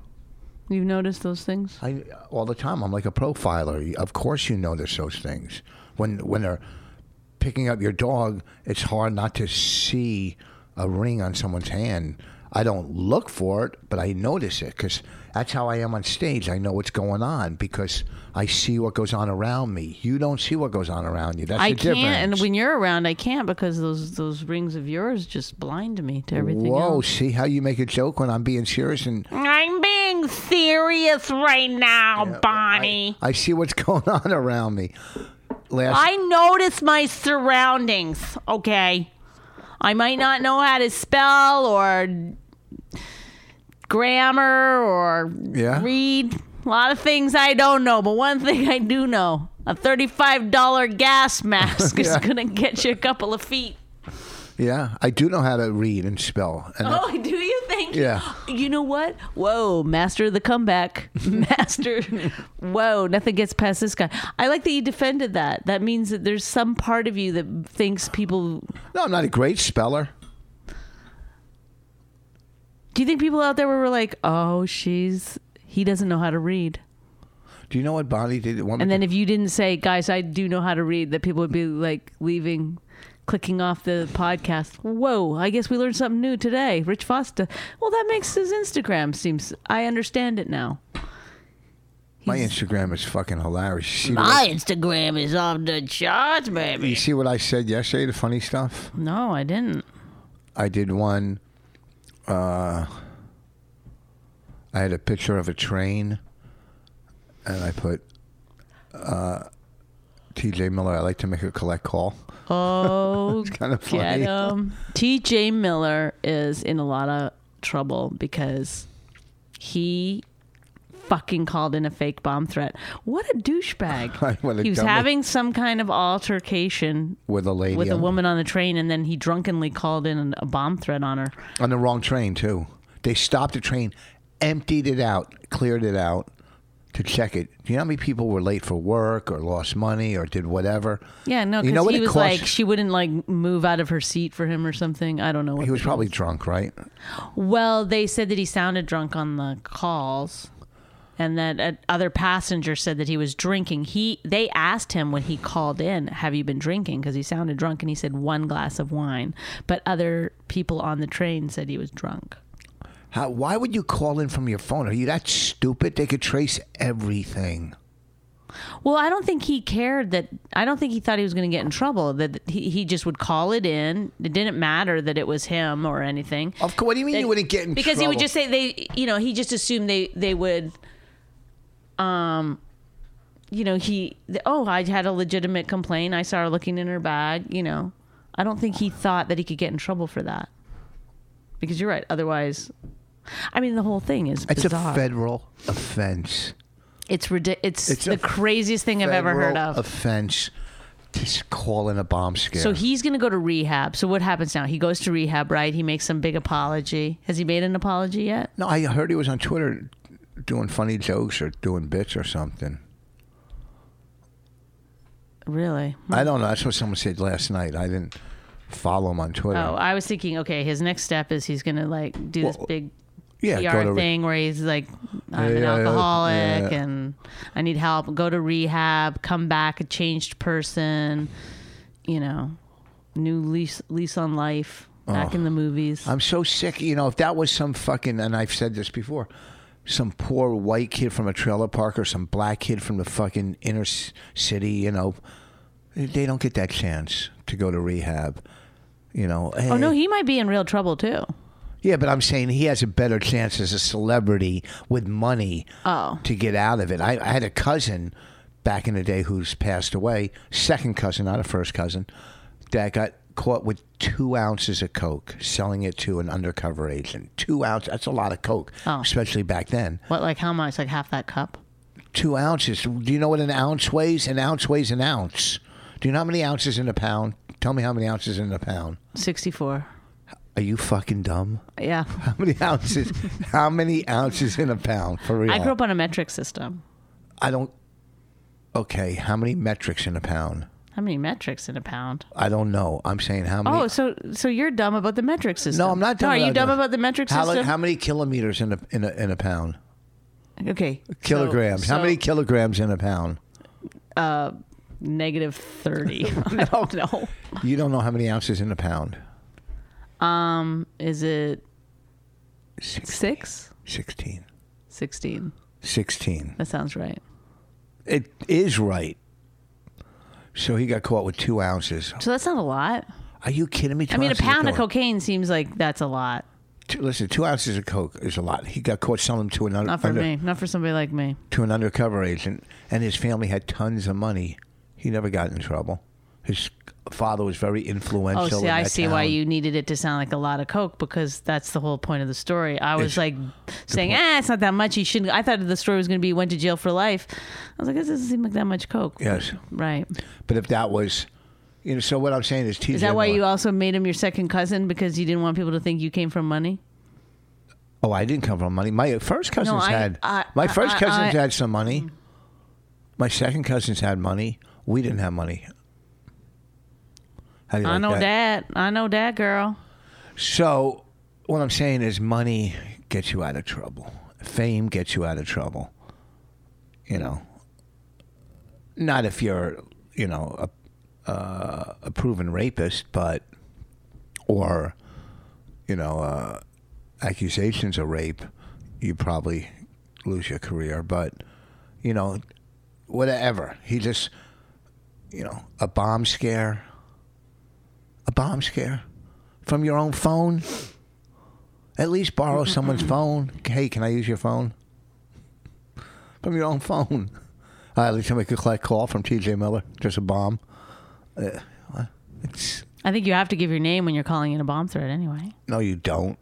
[SPEAKER 2] You've noticed those things.
[SPEAKER 1] I all the time. I'm like a profiler. Of course, you notice those things when when they're picking up your dog. It's hard not to see a ring on someone's hand. I don't look for it, but I notice it because that's how I am on stage. I know what's going on because I see what goes on around me. You don't see what goes on around you. That's
[SPEAKER 2] I
[SPEAKER 1] the
[SPEAKER 2] can't, and
[SPEAKER 1] difference.
[SPEAKER 2] when you're around, I can't because those those rings of yours just blind me to everything
[SPEAKER 1] Whoa!
[SPEAKER 2] else.
[SPEAKER 1] See how you make a joke when I'm being serious, and
[SPEAKER 2] I'm being serious right now, Bonnie.
[SPEAKER 1] I see what's (laughs) going on around me. Last
[SPEAKER 2] I notice my surroundings, okay? I might not know how to spell or grammar or
[SPEAKER 1] Yeah.
[SPEAKER 2] read. A lot of things I don't know, but one thing I do know a $35 gas mask is going to get you a couple of feet.
[SPEAKER 1] Yeah, I do know how to read and spell. And
[SPEAKER 2] (laughs) Oh, do you think?
[SPEAKER 1] Yeah.
[SPEAKER 2] You know what? Whoa, master of the comeback. Master. Whoa, nothing gets past this guy. I like that you defended that. That means that there's some part of you that thinks people.
[SPEAKER 1] I, no, I'm not a great speller.
[SPEAKER 2] Do you think people out there were like, oh, she's. He doesn't know how to read.
[SPEAKER 1] Do you know what Bonnie did? Want me
[SPEAKER 2] And then
[SPEAKER 1] to-
[SPEAKER 2] if you didn't say, guys, I do know how to read, that people would be like leaving, clicking off the podcast. Whoa, I guess we learned something new today. Rich Foster. Well, that makes his Instagram seems. I understand it now.
[SPEAKER 1] my Instagram is fucking hilarious. You see,
[SPEAKER 2] My
[SPEAKER 1] what,
[SPEAKER 2] Instagram is off the charts,
[SPEAKER 1] you
[SPEAKER 2] baby.
[SPEAKER 1] see what I said yesterday? The funny stuff.
[SPEAKER 2] No, I didn't.
[SPEAKER 1] I did one. Uh, I had a picture of a train, and I put uh, T.J. Miller. I like to make a collect call. (laughs)
[SPEAKER 2] Oh,
[SPEAKER 1] Kind of funny.
[SPEAKER 2] Get him. TJ um, Miller is in a lot of trouble because he fucking called in a fake bomb threat. What a (laughs) douchebag.
[SPEAKER 1] What a
[SPEAKER 2] he was
[SPEAKER 1] dummy.
[SPEAKER 2] having some kind of altercation
[SPEAKER 1] with a lady
[SPEAKER 2] with a
[SPEAKER 1] on-
[SPEAKER 2] woman on the train and then he drunkenly called in a bomb threat on her.
[SPEAKER 1] on the wrong train too. They stopped the train, emptied it out, cleared it out to check it. Do you know how many people were late for work or lost money or did whatever?
[SPEAKER 2] Yeah, no,
[SPEAKER 1] You
[SPEAKER 2] because
[SPEAKER 1] know what
[SPEAKER 2] he
[SPEAKER 1] it
[SPEAKER 2] was
[SPEAKER 1] costs-
[SPEAKER 2] like, she wouldn't like move out of her seat for him or something. I don't know what.
[SPEAKER 1] He was probably drunk, right?
[SPEAKER 2] Well, they said that he sounded drunk on the calls, and that uh, other passenger said that he was drinking. He they asked him when he called in, "Have you been drinking?" Because he sounded drunk, and he said one glass of wine. But other people on the train said he was drunk.
[SPEAKER 1] How, why would you call in from your phone? Are you that stupid? They could trace everything.
[SPEAKER 2] Well, I don't think he cared that. I don't think he thought he was going to get in trouble. That he, he just would call it in. It didn't matter that it was him or anything.
[SPEAKER 1] Of course. What do you mean you wouldn't get in
[SPEAKER 2] because he
[SPEAKER 1] trouble?
[SPEAKER 2] would just say they you know he just assumed they they would um you know he th- oh i had a legitimate complaint i saw her looking in her bag you know i don't think he thought that he could get in trouble for that because you're right otherwise i mean the whole thing is
[SPEAKER 1] It's
[SPEAKER 2] bizarre
[SPEAKER 1] a federal offense.
[SPEAKER 2] it's ridic- it's,
[SPEAKER 1] It's a
[SPEAKER 2] the craziest thing i've ever heard
[SPEAKER 1] Federal
[SPEAKER 2] of
[SPEAKER 1] Offense. Just call in a bomb scare.
[SPEAKER 2] so he's going to go to rehab so what happens now he goes to rehab right he makes some big apology has he made an apology yet
[SPEAKER 1] no, I heard he was on Twitter doing funny jokes or doing bits or something.
[SPEAKER 2] really
[SPEAKER 1] I don't know. That's what someone said last night. I didn't follow him on Twitter.
[SPEAKER 2] Oh, I was thinking, okay, his next step is he's gonna like do this
[SPEAKER 1] Well,
[SPEAKER 2] big
[SPEAKER 1] yeah, go
[SPEAKER 2] PR
[SPEAKER 1] to re-
[SPEAKER 2] thing where he's like, I'm
[SPEAKER 1] Yeah,
[SPEAKER 2] an
[SPEAKER 1] yeah,
[SPEAKER 2] alcoholic
[SPEAKER 1] yeah.
[SPEAKER 2] and I need help. Go to rehab, come back a changed person, you know, new lease lease on life, back in the movies.
[SPEAKER 1] I'm so sick. You know, if that was some fucking, and I've said this before, some poor white kid from a trailer park or some black kid from the fucking inner c- city, you know, they don't get that chance to go to rehab. You know,
[SPEAKER 2] oh no,
[SPEAKER 1] hey-
[SPEAKER 2] he might be in real trouble too.
[SPEAKER 1] yeah, but I'm saying he has a better chance as a celebrity with money to get out of it. I, I had a cousin back in the day who's passed away, second cousin, not a first cousin, that got caught with two ounces of coke selling it to an undercover agent. Two ounces, that's a lot of coke,
[SPEAKER 2] Oh.
[SPEAKER 1] especially back then.
[SPEAKER 2] What like how much? Like half that cup?
[SPEAKER 1] Two ounces. Do you know what an ounce weighs? An ounce weighs an ounce. Do you know how many ounces in a pound? Tell me how many ounces in a pound.
[SPEAKER 2] Sixty four.
[SPEAKER 1] Are you fucking dumb? (laughs)
[SPEAKER 2] Yeah.
[SPEAKER 1] How many ounces? how many ounces in a pound? For real.
[SPEAKER 2] I grew up on a metric system.
[SPEAKER 1] I don't. Okay, how many metrics in a pound?
[SPEAKER 2] How many metrics in a pound?
[SPEAKER 1] I don't know. I'm saying how many.
[SPEAKER 2] Oh, so so you're dumb about the metric system?
[SPEAKER 1] no, I'm not. Dumb
[SPEAKER 2] are you
[SPEAKER 1] about
[SPEAKER 2] dumb
[SPEAKER 1] that.
[SPEAKER 2] about the metric
[SPEAKER 1] How,
[SPEAKER 2] system?
[SPEAKER 1] how many kilometers in a in a in a pound?
[SPEAKER 2] Okay.
[SPEAKER 1] Kilograms.
[SPEAKER 2] So-
[SPEAKER 1] how many
[SPEAKER 2] so
[SPEAKER 1] kilograms in a pound?
[SPEAKER 2] negative (laughs) 30. I don't know.
[SPEAKER 1] You don't know how many ounces in a pound.
[SPEAKER 2] Um, Is it six?
[SPEAKER 1] Sixteen.
[SPEAKER 2] 16.
[SPEAKER 1] Sixteen.
[SPEAKER 2] That sounds right.
[SPEAKER 1] It is right. So he got caught with two ounces.
[SPEAKER 2] So that's not a lot.
[SPEAKER 1] Are you kidding me? Two
[SPEAKER 2] I mean, a
[SPEAKER 1] ounces
[SPEAKER 2] pound of
[SPEAKER 1] coke.
[SPEAKER 2] cocaine seems like that's a lot.
[SPEAKER 1] Two- Listen, two ounces of coke is a lot. He got caught selling to another.
[SPEAKER 2] Not for
[SPEAKER 1] under-
[SPEAKER 2] me. Not for somebody like me.
[SPEAKER 1] to an undercover agent, and his family had tons of money. He never got in trouble. His father was very influential.
[SPEAKER 2] Oh, see,
[SPEAKER 1] in
[SPEAKER 2] I
[SPEAKER 1] that
[SPEAKER 2] see why
[SPEAKER 1] town.
[SPEAKER 2] you needed it to sound like a lot of coke because that's the whole point of the story. I
[SPEAKER 1] It's-
[SPEAKER 2] was like saying, "Ah, it's not that much. He shouldn't." I thought the story was going to be he went to jail for life. I was like, "This doesn't seem like that much coke."
[SPEAKER 1] Yes,
[SPEAKER 2] Right.
[SPEAKER 1] but if that was, you know, so what I'm saying is, TJ
[SPEAKER 2] Is that why
[SPEAKER 1] Miller-
[SPEAKER 2] you also made him your second cousin because you didn't want people to think you came from money?
[SPEAKER 1] Oh, I didn't come from money. My first cousins
[SPEAKER 2] I-
[SPEAKER 1] had.
[SPEAKER 2] I-
[SPEAKER 1] my first
[SPEAKER 2] I-
[SPEAKER 1] cousins
[SPEAKER 2] I- Mm.
[SPEAKER 1] had some money. My second cousins had money. We didn't have money. How do you
[SPEAKER 2] I
[SPEAKER 1] like
[SPEAKER 2] know
[SPEAKER 1] that?
[SPEAKER 2] that. I know that girl.
[SPEAKER 1] So, what I'm saying is, money gets you out of trouble. Fame gets you out of trouble. You know, not if you're, you know, a, uh, a proven rapist, but or, you know, uh, accusations of rape, you probably lose your career. But, you know, whatever. He just, you know, a bomb scare. A bomb scare from your own phone. At least borrow someone's phone. Hey, can I use your phone? From your own phone. (laughs) Uh, at least I make a collect call from TJ Miller. Just a bomb. Uh, it's,
[SPEAKER 2] I think you have to give your name when you're calling in a bomb threat anyway.
[SPEAKER 1] no, you don't.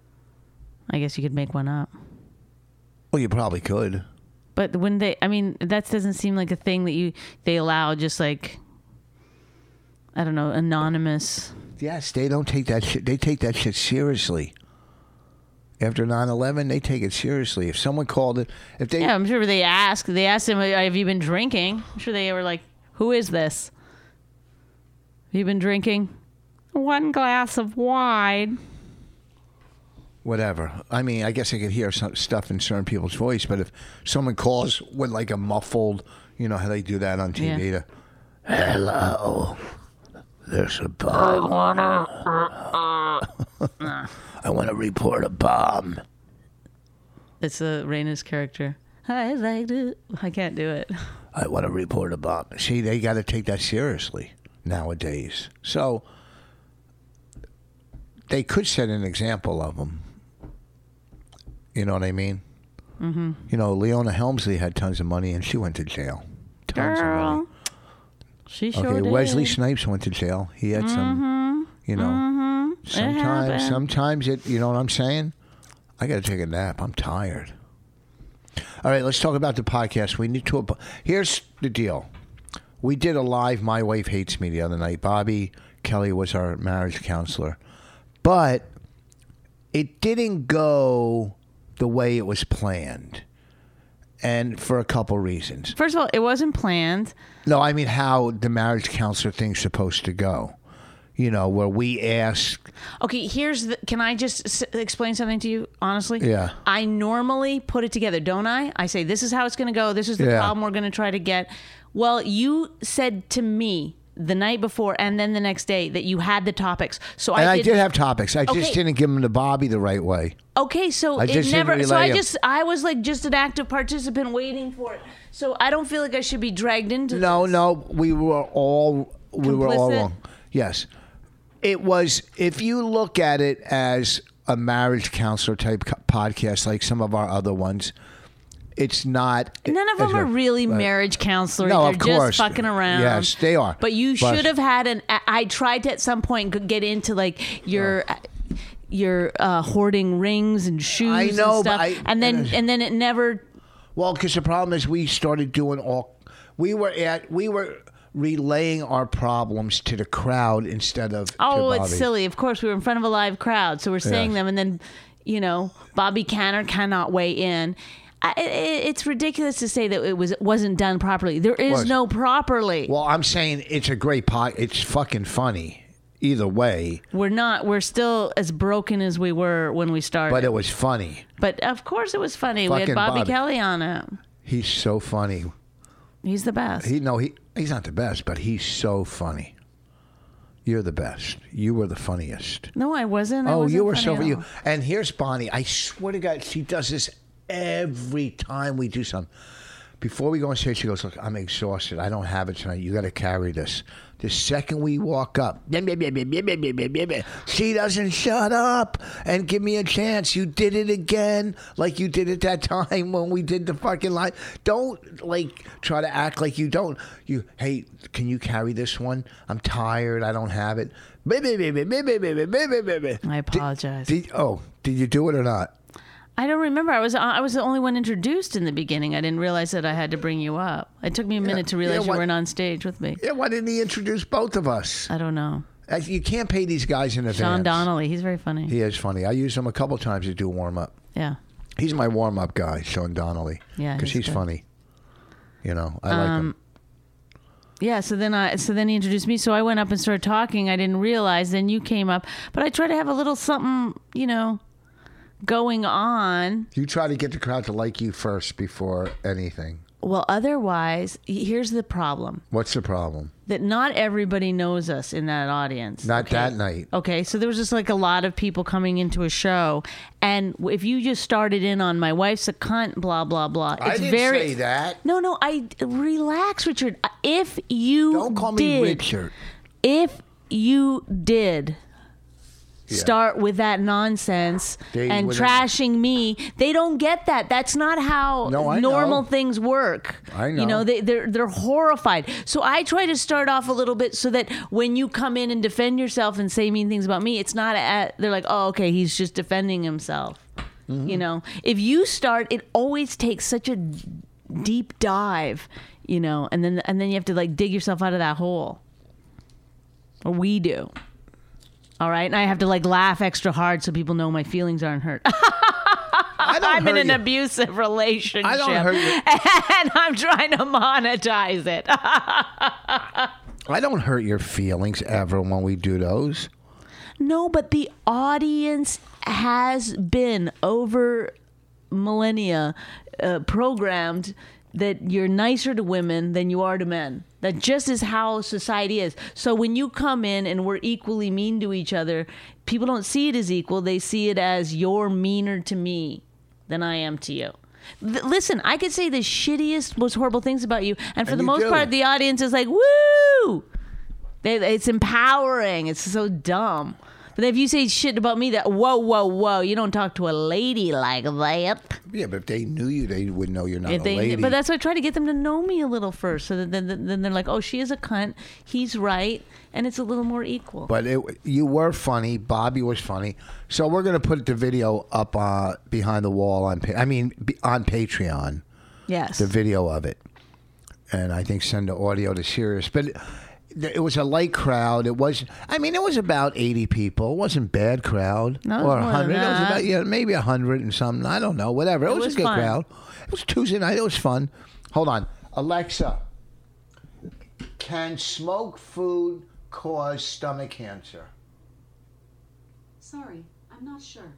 [SPEAKER 2] I guess you could make one up.
[SPEAKER 1] Well, you probably could.
[SPEAKER 2] But when they, I mean, that doesn't seem like a thing that you they allow. Just like, I don't know, anonymous.
[SPEAKER 1] Yes, they don't take that shit. They take that shit seriously. After 9-11, they take it seriously. If someone called it, if they
[SPEAKER 2] Yeah, I'm sure they ask. They asked him, "Have you been drinking?" I'm sure they were like, "Who is this? Have you been drinking?" One glass of wine.
[SPEAKER 1] whatever. I mean, I guess I could hear some stuff in certain people's voice, but if someone calls with like a muffled, you know how they do that on TV
[SPEAKER 2] Yeah.
[SPEAKER 1] to, hello, there's a bomb. I wanna, uh, (laughs) I wanna report a bomb.
[SPEAKER 2] It's a Raina's character. I like to. I can't do it.
[SPEAKER 1] I want to report a bomb. See, they got to take that seriously nowadays. So they could set an example of them. You know what I mean? Mm-hmm. You know, Leona Helmsley had tons of money and she went to jail. Tons of money.
[SPEAKER 2] Girl, she sure
[SPEAKER 1] Okay,
[SPEAKER 2] did. Mm-hmm.
[SPEAKER 1] Wesley Snipes went to jail. He had some, you know. Sometimes,
[SPEAKER 2] happened.
[SPEAKER 1] sometimes it. You know what I'm saying? I got to take a nap. I'm tired. All right, let's talk about the podcast. We need to. ap- Here's the deal. We did a live "My Wife Hates Me" the other night. Bobby Kelly was our marriage counselor, but it didn't go the way it was planned, and for a couple reasons.
[SPEAKER 2] First of all, it wasn't planned.
[SPEAKER 1] No, I mean how the marriage counselor thing's supposed to go. You know, where we ask,
[SPEAKER 2] Okay, here's the. Can I just s- explain something to you honestly?
[SPEAKER 1] Yeah.
[SPEAKER 2] I normally put it together, don't I? I say this is how it's going to go. This is the
[SPEAKER 1] Yeah.
[SPEAKER 2] problem we're going to try to get. Well, you said to me the night before and then the next day that you had the topics. So
[SPEAKER 1] and
[SPEAKER 2] I,
[SPEAKER 1] I
[SPEAKER 2] did,
[SPEAKER 1] did, have topics. I just
[SPEAKER 2] Okay.
[SPEAKER 1] didn't give them to Bobby the right way.
[SPEAKER 2] Okay, so
[SPEAKER 1] I
[SPEAKER 2] it
[SPEAKER 1] just didn't
[SPEAKER 2] never. So
[SPEAKER 1] relay
[SPEAKER 2] I
[SPEAKER 1] it.
[SPEAKER 2] just I was like just an active participant waiting for it. So I don't feel like I should be dragged into.
[SPEAKER 1] No, no, we were all we were all
[SPEAKER 2] Complicit?
[SPEAKER 1] wrong. Yes, it was. If you look at it as a marriage counselor type co- podcast, like some of our other ones, it's not.
[SPEAKER 2] None of them
[SPEAKER 1] it's
[SPEAKER 2] are
[SPEAKER 1] not-
[SPEAKER 2] really
[SPEAKER 1] but-
[SPEAKER 2] marriage counselors.
[SPEAKER 1] No,
[SPEAKER 2] They're
[SPEAKER 1] of course.
[SPEAKER 2] just fucking around.
[SPEAKER 1] Yes, they are.
[SPEAKER 2] But you
[SPEAKER 1] But-
[SPEAKER 2] should have had an. I- I tried to at some point g- get into like your. Your uh, hoarding rings and shoes
[SPEAKER 1] I know,
[SPEAKER 2] and
[SPEAKER 1] but
[SPEAKER 2] stuff,
[SPEAKER 1] I- uh,
[SPEAKER 2] and then and then it never.
[SPEAKER 1] Well, because the problem is we started doing all. We were at. We were relaying our problems to the crowd instead of. to
[SPEAKER 2] Oh, it's
[SPEAKER 1] Bobby.
[SPEAKER 2] silly. Of course, we were in front of a live crowd, so we're saying
[SPEAKER 1] Yes.
[SPEAKER 2] them, and then you know Bobby can or cannot weigh in. I, i it's ridiculous to say that it was wasn't done properly. There is
[SPEAKER 1] Was.
[SPEAKER 2] no properly.
[SPEAKER 1] Well, I'm saying it's a great pot. It's fucking funny. Either way,
[SPEAKER 2] we're not. We're still as broken as we were when we started.
[SPEAKER 1] but it was funny.
[SPEAKER 2] But of course, it was funny. we had
[SPEAKER 1] Fucking
[SPEAKER 2] Bobby,
[SPEAKER 1] Bobby.
[SPEAKER 2] Kelly on it.
[SPEAKER 1] He's so funny.
[SPEAKER 2] He's the best.
[SPEAKER 1] He no, he he's not the best, but he's so funny. You're the best. You were the funniest.
[SPEAKER 2] no, I wasn't. I
[SPEAKER 1] oh,
[SPEAKER 2] wasn't
[SPEAKER 1] you were
[SPEAKER 2] funny
[SPEAKER 1] so
[SPEAKER 2] at all.
[SPEAKER 1] you. And here's Bonnie. I swear to God, she does this every time we do something. Before we go on stage, she goes, "Look, I'm exhausted. I don't have it tonight. You got to carry this." The second we walk up, she doesn't shut up and give me a chance. You did it again, like you did it that time when we did the fucking line. Don't like try to act like you don't. You hey, can you carry this one? I'm tired. I don't have it.
[SPEAKER 2] I apologize.
[SPEAKER 1] Did, oh, did you do it or not?
[SPEAKER 2] I don't remember. I was I was the only one introduced in the beginning. I didn't realize that I had to bring you up. It took me a minute to realize
[SPEAKER 1] why-
[SPEAKER 2] you weren't on stage with me.
[SPEAKER 1] Yeah, why didn't he introduce both of us?
[SPEAKER 2] I don't know.
[SPEAKER 1] Uh, You can't pay these guys in advance.
[SPEAKER 2] Sean Donnelly, he's very funny.
[SPEAKER 1] He is funny. I used him a couple times to do warm up.
[SPEAKER 2] yeah.
[SPEAKER 1] He's my warm up guy, Sean Donnelly.
[SPEAKER 2] Yeah,
[SPEAKER 1] because he's,
[SPEAKER 2] he's good. Um,
[SPEAKER 1] funny. You know, I like him.
[SPEAKER 2] Yeah, so then I so then he introduced me. So I went up and started talking. I didn't realize. Then you came up, but I tried to have a little something, you know, going on.
[SPEAKER 1] You try to get the crowd to like you first before anything.
[SPEAKER 2] Well, otherwise, he- here's the problem:
[SPEAKER 1] What's the problem?
[SPEAKER 2] that not everybody knows us in that audience.
[SPEAKER 1] Not that night.
[SPEAKER 2] Okay, Oh, so there was just like a lot of people coming into a show, and if you just started in on my wife's a cunt, blah blah blah. It's
[SPEAKER 1] I didn't
[SPEAKER 2] very
[SPEAKER 1] say that.
[SPEAKER 2] no, no. I relax, Richard. If you
[SPEAKER 1] Don't call me
[SPEAKER 2] did,
[SPEAKER 1] Richard.
[SPEAKER 2] if you did start with that nonsense
[SPEAKER 1] They
[SPEAKER 2] and
[SPEAKER 1] wouldn't-
[SPEAKER 2] trashing me. They don't get that. That's not how
[SPEAKER 1] No, I
[SPEAKER 2] normal
[SPEAKER 1] know.
[SPEAKER 2] things work.
[SPEAKER 1] I
[SPEAKER 2] You
[SPEAKER 1] know.
[SPEAKER 2] know, they, they're they're horrified. So I try to start off a little bit so that when you come in and defend yourself and say mean things about me, it's not at they're like, oh, okay, he's just defending himself.
[SPEAKER 1] Mm-hmm.
[SPEAKER 2] You know, if you start, it always takes such a d- deep dive. You know, and then and then you have to like dig yourself out of that hole. Or we do. All right, and I have to like laugh extra hard so people know my feelings aren't hurt. (laughs)
[SPEAKER 1] I don't
[SPEAKER 2] I'm in
[SPEAKER 1] hurt
[SPEAKER 2] an
[SPEAKER 1] you.
[SPEAKER 2] abusive relationship.
[SPEAKER 1] I don't hurt you.
[SPEAKER 2] (laughs) And I'm trying to monetize it. (laughs)
[SPEAKER 1] I don't hurt your feelings ever when we do those.
[SPEAKER 2] no, but the audience has been over millennia uh, programmed that you're nicer to women than you are to men. That just is how society is. So when you come in and we're equally mean to each other, people don't see it as equal. They see it as you're meaner to me than I am to you. Th- listen, I could say the shittiest, most horrible things about you, and for
[SPEAKER 1] And
[SPEAKER 2] the
[SPEAKER 1] you
[SPEAKER 2] most
[SPEAKER 1] do.
[SPEAKER 2] part, the audience is like, "Woo!" They, it's empowering. It's so dumb. But if you say shit about me, that whoa, whoa, whoa, you don't talk to a lady like that.
[SPEAKER 1] Yeah, but if they knew you, they would know you're not
[SPEAKER 2] If
[SPEAKER 1] a
[SPEAKER 2] they-
[SPEAKER 1] lady.
[SPEAKER 2] But that's why I try to get them to know me a little first, so that then, then they're like, oh, she is a cunt. He's right, and it's a little more equal.
[SPEAKER 1] But it, you were funny. Bobby was funny. So we're gonna put the video up uh, behind the wall on. Pa- I mean, be- on Patreon,
[SPEAKER 2] yes,
[SPEAKER 1] the video of it, and I think send the audio to Sirius. But it, it was a light crowd. It was. I mean, it was about eighty people. It wasn't bad crowd.
[SPEAKER 2] No, it was
[SPEAKER 1] or
[SPEAKER 2] more than
[SPEAKER 1] hundred. It was
[SPEAKER 2] that.
[SPEAKER 1] about yeah, maybe hundred and something. I don't know. Whatever. It, was,
[SPEAKER 2] was
[SPEAKER 1] a good
[SPEAKER 2] fun.
[SPEAKER 1] crowd. It was Tuesday night. It was fun. Hold on, Alexa. Can smoked food cause stomach cancer?
[SPEAKER 4] Sorry, I'm not sure.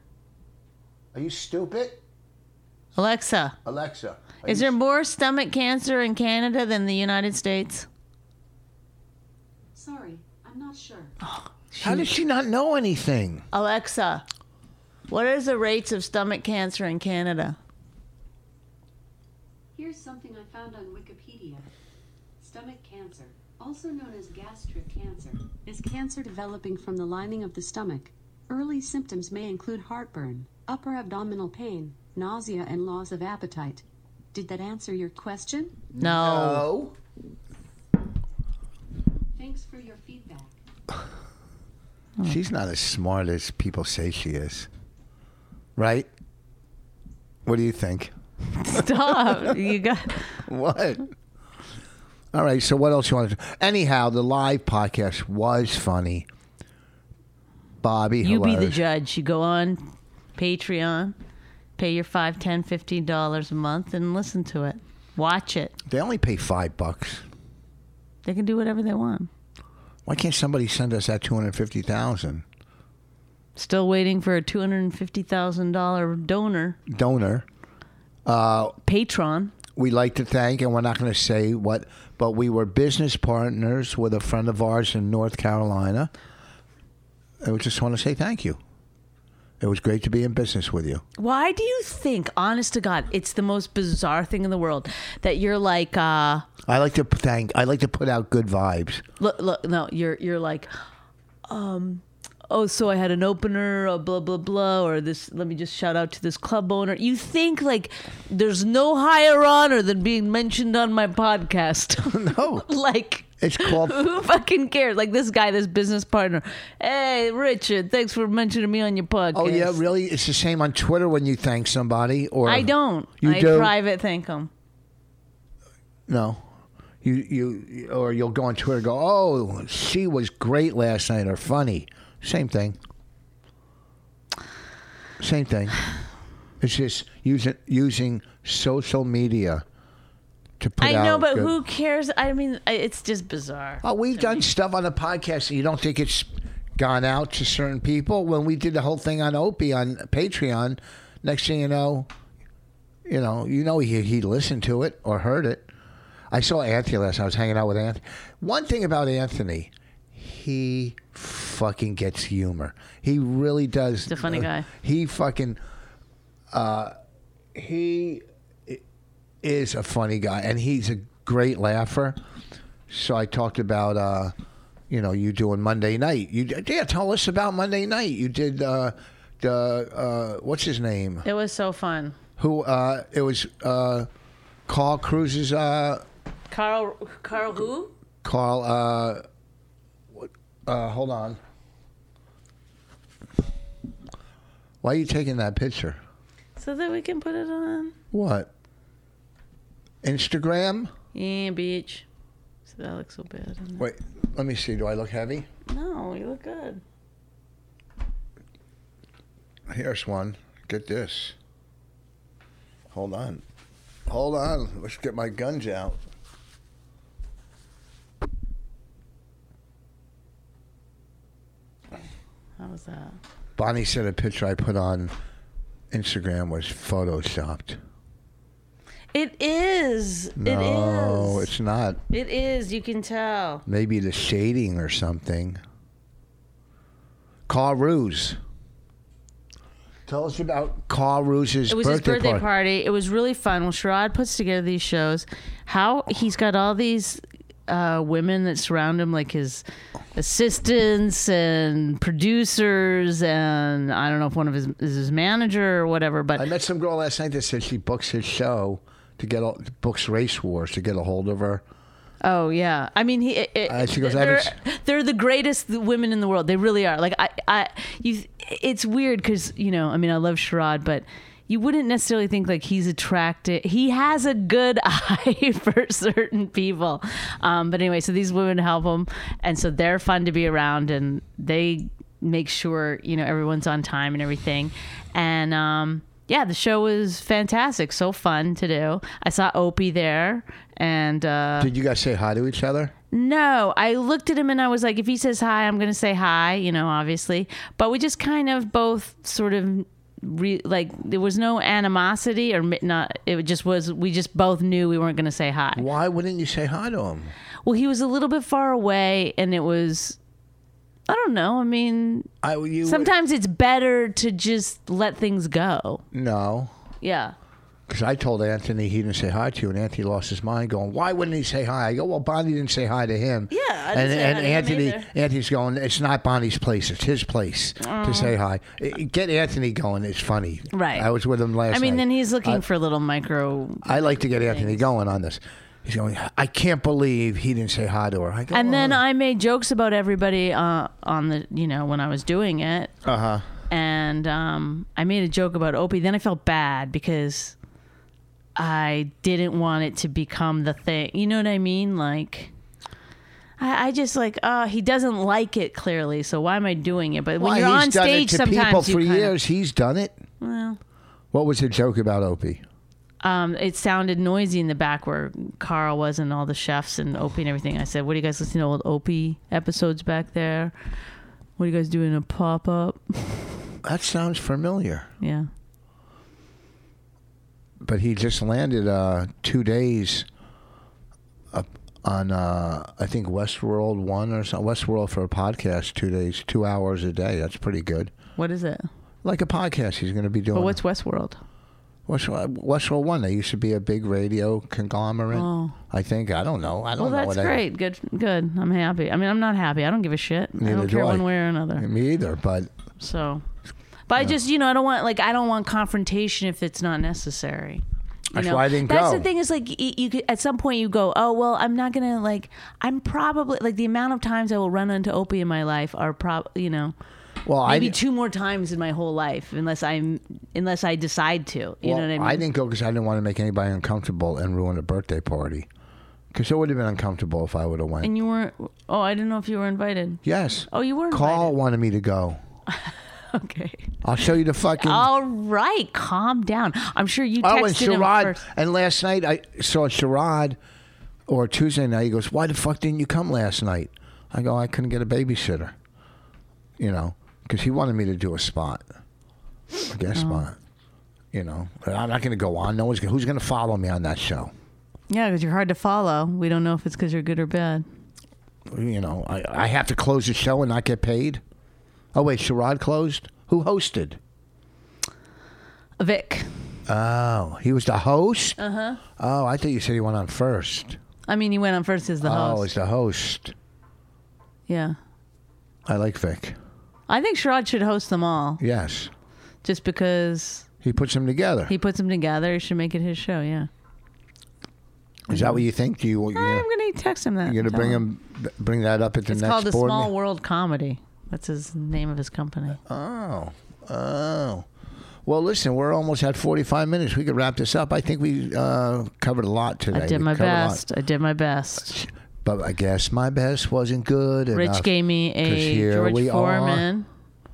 [SPEAKER 1] Are you stupid?
[SPEAKER 2] Alexa,
[SPEAKER 1] Alexa. are
[SPEAKER 2] is
[SPEAKER 1] you
[SPEAKER 2] there more stomach cancer in Canada than the United States?
[SPEAKER 4] Sorry, I'm not sure.
[SPEAKER 1] stu- How did she not know anything?
[SPEAKER 2] Alexa, what is the rates of stomach cancer in Canada?
[SPEAKER 4] Here's something I found on Wikipedia. Stomach cancer, also known as gastric cancer, is cancer developing from the lining of the stomach. Early symptoms may include heartburn, upper abdominal pain, nausea, and loss of appetite. Did that answer your question?
[SPEAKER 2] No.
[SPEAKER 1] Oh.
[SPEAKER 4] Thanks for your feedback.
[SPEAKER 1] She's not as smart as people say she is. Right? What do you think?
[SPEAKER 2] Stop. you got.
[SPEAKER 1] What? (laughs) All right, so what else you want to Anyhow, the live podcast was funny. Bobby,
[SPEAKER 2] You be the
[SPEAKER 1] hilarious.
[SPEAKER 2] judge. You go on Patreon, pay your five, ten, fifteen dollars a month, and listen to it. Watch it.
[SPEAKER 1] They only pay five bucks.
[SPEAKER 2] They can do whatever they want.
[SPEAKER 1] Why can't somebody send us that two hundred fifty thousand
[SPEAKER 2] Still waiting for a two hundred and fifty thousand dollar donor
[SPEAKER 1] donor?
[SPEAKER 2] patron.
[SPEAKER 1] we like to thank, and we're not going to say what, but we were business partners with a friend of ours in North Carolina. I would just want to say thank you. It was great to be in business with you.
[SPEAKER 2] Why do you think, honest to God, it's the most bizarre thing in the world that you're like, uh,
[SPEAKER 1] I like to p- thank. I like to put out good vibes.
[SPEAKER 2] look, look, no, you're you're like, um, oh, so I had an opener, or blah blah blah, or this. Let me just shout out to this club owner. You think like there's no higher honor than being mentioned on my podcast.
[SPEAKER 1] (laughs) No,
[SPEAKER 2] (laughs) like
[SPEAKER 1] it's
[SPEAKER 2] (laughs)
[SPEAKER 1] called.
[SPEAKER 2] who fucking cares? Like this guy, this business partner. Hey, Richard, thanks for mentioning me on your podcast.
[SPEAKER 1] Oh yeah, really? It's the same on Twitter when you thank somebody, or
[SPEAKER 2] I don't.
[SPEAKER 1] You
[SPEAKER 2] I
[SPEAKER 1] do?
[SPEAKER 2] private thank him.
[SPEAKER 1] No. You, you or you'll go on Twitter and go, oh, she was great last night or funny. Same thing. Same
[SPEAKER 2] (sighs)
[SPEAKER 1] thing. It's just using using social media to put
[SPEAKER 2] I know,
[SPEAKER 1] out
[SPEAKER 2] but
[SPEAKER 1] good-
[SPEAKER 2] who cares? I mean, I- it's just bizarre.
[SPEAKER 1] Oh, we've done stuff on the podcast. And you don't think it's gone out to certain people? When we did the whole thing on Opie on Patreon, next thing you know, you know, you know, he he listened to it or heard it. I saw Anthony last. night. I was hanging out with Anthony. One thing about Anthony, he fucking gets humor. He really does. He's
[SPEAKER 2] a funny guy.
[SPEAKER 1] He fucking, uh, he is a funny guy, and he's a great laugher. So I talked about, uh, you know, you doing Monday night. You did- yeah, tell us about Monday night. You did uh, the uh, what's his name?
[SPEAKER 2] It was so fun.
[SPEAKER 1] Who uh, it was? Uh, Carl Cruz's uh,
[SPEAKER 2] Carl, Carl who?
[SPEAKER 1] Carl. Uh, what- uh, hold on. Why are you taking that picture?
[SPEAKER 2] So that we can put it on.
[SPEAKER 1] What? Instagram?
[SPEAKER 2] Yeah, bitch. So that looks so bad. doesn't
[SPEAKER 1] Wait, let me see. Do I look heavy?
[SPEAKER 2] it? No, you look good.
[SPEAKER 1] Here's one. Get this. Hold on. Hold on. Let's get my guns out.
[SPEAKER 2] How was that?
[SPEAKER 1] Bonnie said a picture I put on Instagram was photoshopped.
[SPEAKER 2] It is.
[SPEAKER 1] No,
[SPEAKER 2] it is.
[SPEAKER 1] Oh, it's not.
[SPEAKER 2] It is. You can tell.
[SPEAKER 1] Maybe the shading or something. Carl Ruse. Tell us about Carl Ruse's
[SPEAKER 2] It was
[SPEAKER 1] birthday,
[SPEAKER 2] his birthday
[SPEAKER 1] party.
[SPEAKER 2] party. It was really fun. Well, Sherrod puts together these shows. How he's got all these uh, women that surround him, like his assistants and producers, and I don't know if one of his is his manager or whatever. But
[SPEAKER 1] I met some girl last night that said she books his show to get all, books race wars to get a hold of her.
[SPEAKER 2] Oh yeah, I mean, he. It,
[SPEAKER 1] Uh, she goes, I
[SPEAKER 2] they're,
[SPEAKER 1] haven't
[SPEAKER 2] they're the greatest women in the world. They really are. Like I, I, you. It's weird because you know, I mean, I love Sherrod, but you wouldn't necessarily think like he's attracted. He has a good (laughs) eye for certain people. Um, but anyway, so these women help him, and so they're fun to be around, and they make sure you know everyone's on time and everything, and. um yeah, the show was fantastic. So fun to do. I saw Opie there, and uh,
[SPEAKER 1] Did you guys say hi to each other?
[SPEAKER 2] no, I looked at him and I was like, if he says hi, I'm going to say hi, you know, obviously. But we just kind of both sort of re- like there was no animosity or mi- not. It just was, we just both knew we weren't going to say hi.
[SPEAKER 1] Why wouldn't you say hi to him?
[SPEAKER 2] Well, he was a little bit far away and it was, I don't know. I mean,
[SPEAKER 1] I you
[SPEAKER 2] sometimes it's better to just let things go.
[SPEAKER 1] no,
[SPEAKER 2] Yeah.
[SPEAKER 1] because I told Anthony he didn't say hi to you, and Anthony lost his mind, going, "Why wouldn't he say hi?" I go, "Well, Bonnie didn't say hi to him." Yeah,
[SPEAKER 2] I
[SPEAKER 1] and
[SPEAKER 2] didn't say hi
[SPEAKER 1] and
[SPEAKER 2] to him
[SPEAKER 1] Anthony,
[SPEAKER 2] either.
[SPEAKER 1] Anthony's going, "It's not Bonnie's place; it's his place to say hi." I- I- Get Anthony going; it's funny.
[SPEAKER 2] Oh. Right.
[SPEAKER 1] I was with him last.
[SPEAKER 2] I mean,
[SPEAKER 1] night.
[SPEAKER 2] then he's looking
[SPEAKER 1] I-
[SPEAKER 2] for little micro
[SPEAKER 1] I like to get Anthony going on this. He's going, "I can't believe he didn't say hi to her." I go,
[SPEAKER 2] and then uh,
[SPEAKER 1] "Oh."
[SPEAKER 2] I made jokes about everybody uh, on the you know when I was doing it. Uh
[SPEAKER 1] Uh-huh.
[SPEAKER 2] huh. And um, I made a joke about Opie. Then I felt bad because I didn't want it to become the thing. You know what I mean? Like. I I just like, oh, he doesn't like it clearly, so why am I doing it? But when
[SPEAKER 1] Why,
[SPEAKER 2] you're
[SPEAKER 1] he's
[SPEAKER 2] on
[SPEAKER 1] done
[SPEAKER 2] stage,
[SPEAKER 1] it to
[SPEAKER 2] sometimes
[SPEAKER 1] people
[SPEAKER 2] you
[SPEAKER 1] for
[SPEAKER 2] kinda-
[SPEAKER 1] years, he's done it.
[SPEAKER 2] Well.
[SPEAKER 1] What was the joke about Opie?
[SPEAKER 2] um, it sounded noisy in the back where Carl was and all the chefs and Opie and everything. I said, "What are you guys listening to old Opie episodes back there? What are you guys doing a pop up?"
[SPEAKER 1] That sounds familiar.
[SPEAKER 2] Yeah,
[SPEAKER 1] but he just landed uh, two days up on uh, I think Westworld one or something. Westworld for a podcast, two days, two hours a day. That's pretty good.
[SPEAKER 2] what is it?
[SPEAKER 1] Like a podcast, he's going to be doing.
[SPEAKER 2] But what's Westworld?
[SPEAKER 1] Westworld, Westworld one? They used to be a big radio conglomerate.
[SPEAKER 2] Oh.
[SPEAKER 1] I think I don't know. I
[SPEAKER 2] Well,
[SPEAKER 1] don't know.
[SPEAKER 2] that's
[SPEAKER 1] what I-
[SPEAKER 2] great. Good, good. I'm happy. I mean, I'm not happy. I don't give a shit. I
[SPEAKER 1] Neither
[SPEAKER 2] don't
[SPEAKER 1] do
[SPEAKER 2] care
[SPEAKER 1] I.
[SPEAKER 2] one way or another.
[SPEAKER 1] Me either, but
[SPEAKER 2] So, but I just, you know, I don't want like I don't want confrontation if it's not necessary. You
[SPEAKER 1] That's
[SPEAKER 2] know?
[SPEAKER 1] why I didn't
[SPEAKER 2] That's
[SPEAKER 1] go.
[SPEAKER 2] the thing is like you, you could, at some point you go, oh well, I'm not gonna like I'm probably like the amount of times I will run into Opie in my life are prob you know
[SPEAKER 1] well, I
[SPEAKER 2] maybe
[SPEAKER 1] di-
[SPEAKER 2] two more times in my whole life unless I'm unless I decide to. You
[SPEAKER 1] well,
[SPEAKER 2] know what I mean?
[SPEAKER 1] didn't go because I didn't want to make anybody uncomfortable and ruin a birthday party. Because it would have been uncomfortable if I would have went.
[SPEAKER 2] and you weren't. Oh, I didn't know if you were invited. (laughs)
[SPEAKER 1] yes.
[SPEAKER 2] Oh, you were
[SPEAKER 1] Carl
[SPEAKER 2] invited.
[SPEAKER 1] wanted me to go.
[SPEAKER 2] Okay.
[SPEAKER 1] I'll show you the fucking.
[SPEAKER 2] All right, calm down. I'm sure you texted
[SPEAKER 1] Oh, and
[SPEAKER 2] him
[SPEAKER 1] Sherrod.
[SPEAKER 2] first.
[SPEAKER 1] And last night I saw Sherrod, or Tuesday night. He goes, "Why the fuck didn't you come last night?" I go, "I couldn't get a babysitter." You know, because he wanted me to do a spot, a guest
[SPEAKER 2] Oh.
[SPEAKER 1] spot. You know, but I'm not going to go on. No one's gonna, who's going to follow me on that show.
[SPEAKER 2] Yeah, because you're hard to follow. We don't know if it's because you're good or bad.
[SPEAKER 1] You know, I, I have to close the show and not get paid. Oh wait, Sherrod closed. Who hosted?
[SPEAKER 2] Vic.
[SPEAKER 1] Oh, he was the host. Uh
[SPEAKER 2] Uh-huh.
[SPEAKER 1] huh. Oh, I thought you said he went on first.
[SPEAKER 2] I mean, he went on first as the
[SPEAKER 1] Oh,
[SPEAKER 2] host.
[SPEAKER 1] it's the host.
[SPEAKER 2] Yeah.
[SPEAKER 1] I like Vic.
[SPEAKER 2] I think Sherrod should host them all
[SPEAKER 1] Yes.
[SPEAKER 2] just because
[SPEAKER 1] He puts them together.
[SPEAKER 2] he puts them together. He should make it his show. Yeah.
[SPEAKER 1] Is that what you think? Do you? you
[SPEAKER 2] I'm going to text him that.
[SPEAKER 1] You're
[SPEAKER 2] and
[SPEAKER 1] gonna bring
[SPEAKER 2] tell
[SPEAKER 1] him, bring that up at the
[SPEAKER 2] It's
[SPEAKER 1] next
[SPEAKER 2] called the
[SPEAKER 1] board.
[SPEAKER 2] Small
[SPEAKER 1] meet-
[SPEAKER 2] World Comedy. That's his name of his company.
[SPEAKER 1] Oh, oh. Well, listen, we're almost at 45 minutes. We could wrap this up. I think we uh, covered a lot today.
[SPEAKER 2] I did
[SPEAKER 1] We
[SPEAKER 2] my
[SPEAKER 1] covered a lot.
[SPEAKER 2] best. I did my best.
[SPEAKER 1] but I guess my best wasn't good.
[SPEAKER 2] Rich
[SPEAKER 1] enough.
[SPEAKER 2] gave me
[SPEAKER 1] 'Cause
[SPEAKER 2] a
[SPEAKER 1] here we
[SPEAKER 2] George
[SPEAKER 1] are.
[SPEAKER 2] Foreman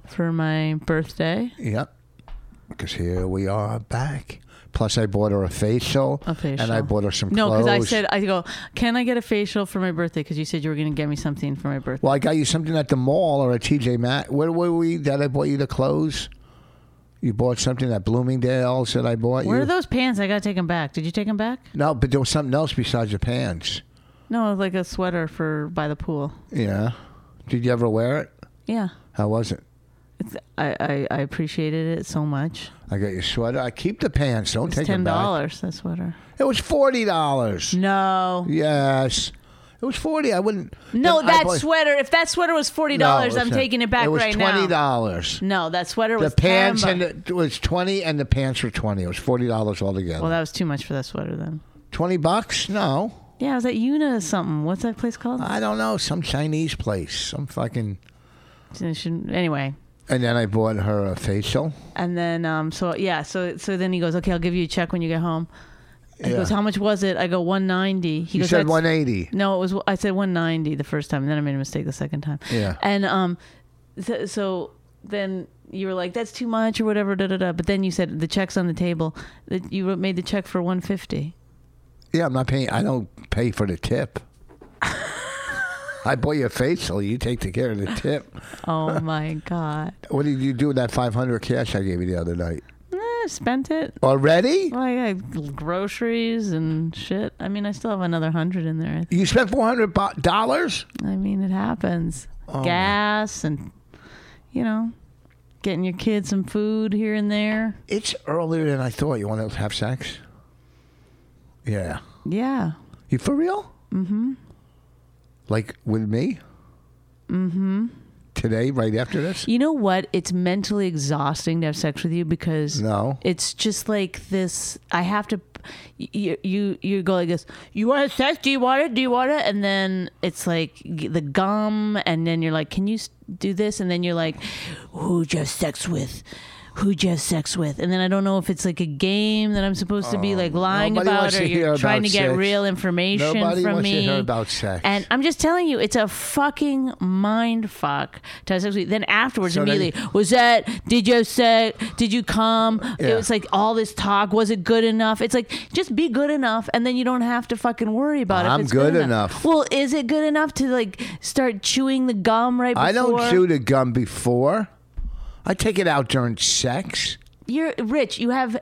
[SPEAKER 2] for my birthday.
[SPEAKER 1] Yep. Because here we are back. Plus, I bought her a facial.
[SPEAKER 2] A facial.
[SPEAKER 1] And I bought her some
[SPEAKER 2] No,
[SPEAKER 1] clothes.
[SPEAKER 2] because I said I go. Can I get a facial for my birthday? Because you said you were going to get me something for my birthday.
[SPEAKER 1] Well, I got you something at the mall or at TJ Maxx. Where were we that I bought you the clothes? You bought something at Bloomingdale's that I bought
[SPEAKER 2] Where
[SPEAKER 1] you.
[SPEAKER 2] are those pants? I got to take them back. Did you take them back?
[SPEAKER 1] No, but there was something else besides your pants.
[SPEAKER 2] No, like a sweater for by the pool.
[SPEAKER 1] Yeah. Did you ever wear it?
[SPEAKER 2] Yeah,
[SPEAKER 1] How was it?
[SPEAKER 2] it's, I, I I appreciated it so much.
[SPEAKER 1] I got your sweater. I keep the pants. Don't
[SPEAKER 2] It's
[SPEAKER 1] take them
[SPEAKER 2] ten
[SPEAKER 1] back.
[SPEAKER 2] dollars that sweater.
[SPEAKER 1] It was forty dollars.
[SPEAKER 2] No,
[SPEAKER 1] Yes. It was forty. I wouldn't.
[SPEAKER 2] no,
[SPEAKER 1] then I
[SPEAKER 2] that
[SPEAKER 1] bought-
[SPEAKER 2] sweater. If that sweater was forty
[SPEAKER 1] No,
[SPEAKER 2] dollars,
[SPEAKER 1] it's
[SPEAKER 2] I'm
[SPEAKER 1] not.
[SPEAKER 2] taking it back
[SPEAKER 1] It was
[SPEAKER 2] right
[SPEAKER 1] twenty
[SPEAKER 2] now.
[SPEAKER 1] dollars.
[SPEAKER 2] No, that sweater
[SPEAKER 1] The
[SPEAKER 2] was
[SPEAKER 1] pants
[SPEAKER 2] 10
[SPEAKER 1] and
[SPEAKER 2] bucks.
[SPEAKER 1] the, it was twenty, and the pants were twenty. It was forty dollars altogether.
[SPEAKER 2] well, that was too much for that sweater then.
[SPEAKER 1] twenty bucks? No,
[SPEAKER 2] Yeah, I was at Una something. What's that place called?
[SPEAKER 1] I don't know. Some Chinese place. Some fucking.
[SPEAKER 2] I shouldn't- anyway,
[SPEAKER 1] And then I bought her a facial.
[SPEAKER 2] And then um so yeah, so so then he goes, Okay, I'll give you a check when you get home. He
[SPEAKER 1] Yeah.
[SPEAKER 2] goes, How much was it? I go one ninety. He
[SPEAKER 1] You
[SPEAKER 2] goes,
[SPEAKER 1] said
[SPEAKER 2] "That's-"
[SPEAKER 1] one eighty.
[SPEAKER 2] No, it was I said one ninety the first time, and then I made a mistake the second time.
[SPEAKER 1] Yeah.
[SPEAKER 2] And um so, so then you were like, That's too much or whatever, da da da but then you said the check's on the table. That you wrote- made the check for one fifty.
[SPEAKER 1] Yeah, I'm not paying. I don't pay for the
[SPEAKER 2] (laughs)
[SPEAKER 1] tip. I bought you a facial. You take the care of the tip.
[SPEAKER 2] Oh my god.
[SPEAKER 1] What did you do with that 500 cash I gave you the other night?
[SPEAKER 2] Eh, spent it.
[SPEAKER 1] Already?
[SPEAKER 2] Well, I got groceries and shit. I mean, I still have another hundred in there. I
[SPEAKER 1] You spent 400 bo- dollars?
[SPEAKER 2] I mean, it happens. Gas and, you know, getting your kids some food here and there.
[SPEAKER 1] It's earlier than I thought. You want to have sex? Yeah.
[SPEAKER 2] Yeah.
[SPEAKER 1] You for real? Mm-hmm. Like with me? Mm-hmm.
[SPEAKER 2] Mm-hmm.
[SPEAKER 1] Today, right after this?
[SPEAKER 2] You know what? It's mentally exhausting to have sex with you because
[SPEAKER 1] No.
[SPEAKER 2] it's just like this. I have to. You you you go like this. You want sex? Do you want it? Do you want it? And then it's like g- the gum, and then you're like, can you s- do this? And then you're like, who just sex with? Who just sex with? And then I don't know if it's like a game that I'm supposed to be like lying
[SPEAKER 1] Oh, Nobody
[SPEAKER 2] about,
[SPEAKER 1] wants
[SPEAKER 2] or
[SPEAKER 1] to hear
[SPEAKER 2] you're trying
[SPEAKER 1] about
[SPEAKER 2] to get
[SPEAKER 1] sex.
[SPEAKER 2] real information
[SPEAKER 1] Nobody
[SPEAKER 2] from
[SPEAKER 1] wants
[SPEAKER 2] me.
[SPEAKER 1] to hear about sex.
[SPEAKER 2] And I'm just telling you, it's a fucking mind fuck to have sex with. you. Then afterwards,
[SPEAKER 1] So then-
[SPEAKER 2] immediately, was that? Did you have sex? Did you come?
[SPEAKER 1] Yeah.
[SPEAKER 2] It was like all this talk. Was it good enough? It's like just be good enough, and then you don't have to fucking worry about it. if
[SPEAKER 1] I'm
[SPEAKER 2] it's
[SPEAKER 1] good enough.
[SPEAKER 2] Well, is it good enough to like start chewing the gum right? Before?
[SPEAKER 1] I don't chew the gum before. I take it out during sex.
[SPEAKER 2] You're rich. You have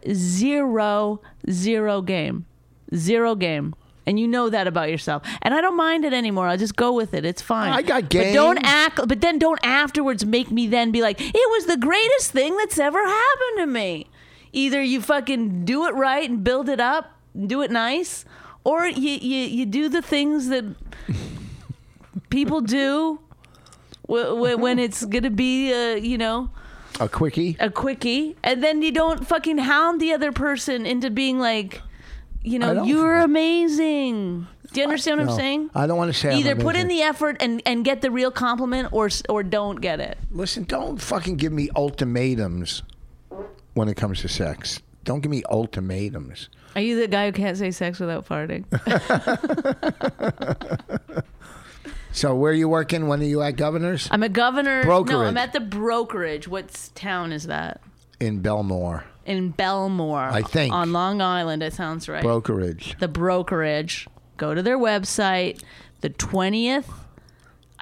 [SPEAKER 2] zero, zero game, zero game. And you know that about yourself, and I don't mind it anymore. I'll just go with it. It's fine.
[SPEAKER 1] I got
[SPEAKER 2] But don't
[SPEAKER 1] game.
[SPEAKER 2] act. But then don't afterwards make me then be like, it was the greatest thing that's ever happened to me. Either you fucking do it right and build it up, and do it nice, or you you, you do the things that people
[SPEAKER 1] (laughs)
[SPEAKER 2] do w- w- when it's gonna be, uh, you know
[SPEAKER 1] A quickie.
[SPEAKER 2] a quickie and then you don't fucking hound the other person into being like you
[SPEAKER 1] I
[SPEAKER 2] know
[SPEAKER 1] don't-
[SPEAKER 2] you're amazing do you understand what
[SPEAKER 1] No,
[SPEAKER 2] i'm saying
[SPEAKER 1] I don't want to say I'm
[SPEAKER 2] either put in
[SPEAKER 1] amazing.
[SPEAKER 2] the effort and and get the real compliment or s- or don't get it
[SPEAKER 1] Listen, don't fucking give me ultimatums when it comes to sex. Don't give me ultimatums.
[SPEAKER 3] Are you the guy who can't say sex without farting?
[SPEAKER 1] So, where are you working? When are you at Governor's?
[SPEAKER 2] (laughs) i'm a governor no
[SPEAKER 1] Brokerage.
[SPEAKER 2] i'm at the brokerage what town is that
[SPEAKER 1] In Belmore.
[SPEAKER 2] in belmore
[SPEAKER 1] I think.
[SPEAKER 2] on long island it sounds right
[SPEAKER 1] Brokerage.
[SPEAKER 2] the brokerage. Go to their website. The twentieth,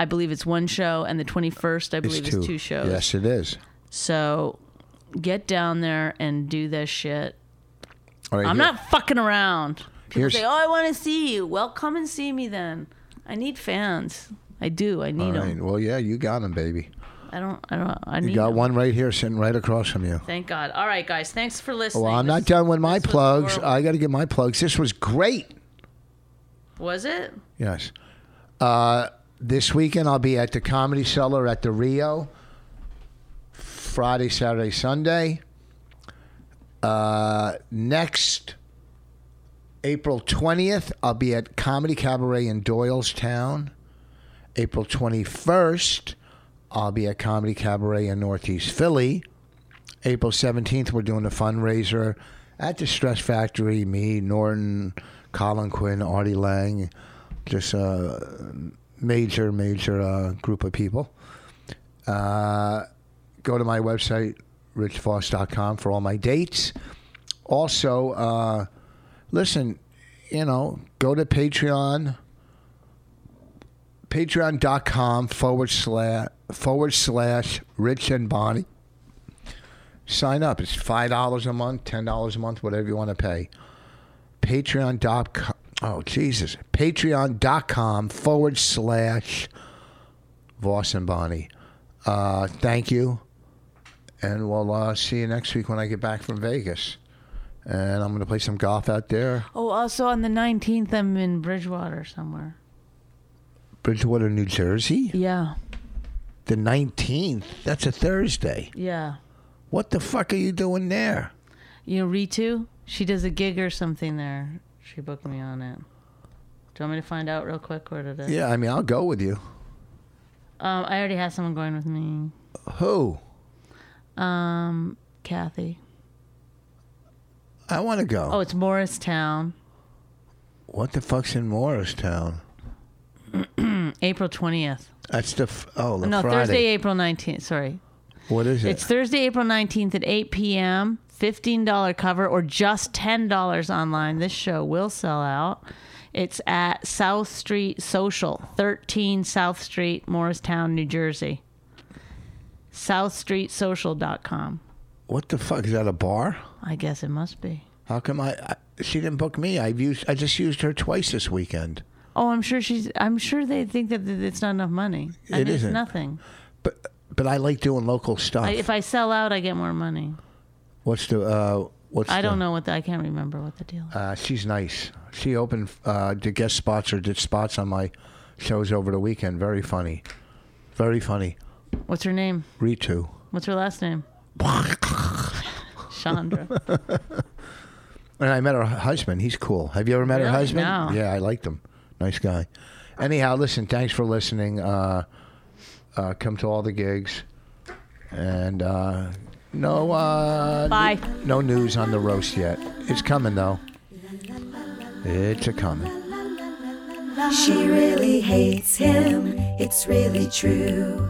[SPEAKER 2] I believe it's one show, and the twenty-first, I
[SPEAKER 1] It's
[SPEAKER 2] believe,
[SPEAKER 1] two.
[SPEAKER 2] is two shows.
[SPEAKER 1] Yes, it is.
[SPEAKER 2] So get down there and do this shit.
[SPEAKER 1] All right,
[SPEAKER 2] I'm
[SPEAKER 1] here-
[SPEAKER 2] not fucking around. People
[SPEAKER 1] Here's-
[SPEAKER 2] say, "Oh, I want to see you." Well, come and see me then. I need fans. I do. I
[SPEAKER 1] All
[SPEAKER 2] need them.
[SPEAKER 1] right. Well, yeah, you got him, baby.
[SPEAKER 2] I don't. I don't. I
[SPEAKER 1] You
[SPEAKER 2] need.
[SPEAKER 1] got
[SPEAKER 2] 'em.
[SPEAKER 1] one right here sitting right across from you.
[SPEAKER 2] Thank God. All right, guys. Thanks for listening.
[SPEAKER 1] Well, I'm
[SPEAKER 2] This-
[SPEAKER 1] not done with my
[SPEAKER 2] this was
[SPEAKER 1] plugs.
[SPEAKER 2] horrible.
[SPEAKER 1] I got to get my plugs. This was great.
[SPEAKER 2] was it?
[SPEAKER 1] Yes. Uh, this weekend I'll be at the Comedy Cellar at the Rio. Friday, Saturday, Sunday. Uh, next April 20th, I'll be at Comedy Cabaret in Doylestown. April 21st, I'll be at Comedy Cabaret in Northeast Philly. April 17th, we're doing a fundraiser at the Stress Factory. Me, Norton, Colin Quinn, Artie Lang, just a major, major uh, group of people. Uh, go to my website, richfoss.com, for all my dates. Also, uh, listen, you know, go to Patreon, patreon.com forward slash, forward slash Rich and Bonnie. Sign up. It's $5 a month, $10 a month, whatever you want to pay. Patreon.com. Oh, Jesus. Patreon.com forward slash Voss and Bonnie. Uh, thank you. And we'll uh, see you next week when I get back from Vegas. And I'm going to play some golf out there.
[SPEAKER 2] Oh, also on the 19th, I'm in Bridgewater somewhere.
[SPEAKER 1] Bridgewater, New Jersey.
[SPEAKER 2] Yeah.
[SPEAKER 1] The 19th. That's a Thursday.
[SPEAKER 2] Yeah.
[SPEAKER 1] What the fuck are you doing there?
[SPEAKER 2] You know, Ritu, she does a gig or something there. She booked me on it. Do you want me to find out real quick or did it?
[SPEAKER 1] Yeah, I mean, I'll go with you.
[SPEAKER 2] Um, I already have someone going with me.
[SPEAKER 1] Who?
[SPEAKER 2] Um, Kathy.
[SPEAKER 1] I want to go.
[SPEAKER 2] Oh, it's Morristown,
[SPEAKER 1] What the fuck's in Morristown?
[SPEAKER 2] April 20th.
[SPEAKER 1] That's the f- oh the
[SPEAKER 2] no,
[SPEAKER 1] Friday.
[SPEAKER 2] Thursday, April 19th. Sorry.
[SPEAKER 1] What is it?
[SPEAKER 2] It's Thursday, April 19th at 8 p.m. $15 cover or just $10 online. This show will sell out. It's at South Street Social, 13 South Street, Morristown, New Jersey. SouthStreetSocial.com.
[SPEAKER 1] what the fuck is that? A bar?
[SPEAKER 2] I guess it must be.
[SPEAKER 1] How come I, I? She didn't book me. I've used. I just used her twice this weekend.
[SPEAKER 2] Oh, I'm sure she's. I'm sure they think that th- it's not enough money. I
[SPEAKER 1] It
[SPEAKER 2] mean,
[SPEAKER 1] isn't. Uh,
[SPEAKER 2] It's nothing.
[SPEAKER 1] But but I like doing local stuff.
[SPEAKER 2] I, if I sell out, I get more money.
[SPEAKER 1] what's the uh? What's the-
[SPEAKER 2] I don't know what the, I can't remember what the deal. Is.
[SPEAKER 1] Uh, she's nice. She opened uh, did guest spots or did spots on my shows over the weekend. Very funny. Very funny.
[SPEAKER 2] What's her name?
[SPEAKER 1] (laughs) Ritu.
[SPEAKER 2] What's her last name? Chandra.
[SPEAKER 1] And I met her husband. He's cool. Have you ever met her
[SPEAKER 2] Really?
[SPEAKER 1] husband?
[SPEAKER 2] No.
[SPEAKER 1] Yeah, I liked him. Nice guy. Anyhow, listen, thanks for listening. Uh, uh, come to all the gigs. And uh, no uh,
[SPEAKER 2] Bye.
[SPEAKER 1] no news on the roast yet. It's coming though. It's a coming.
[SPEAKER 5] She really hates him, it's really true.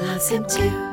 [SPEAKER 5] loves him too.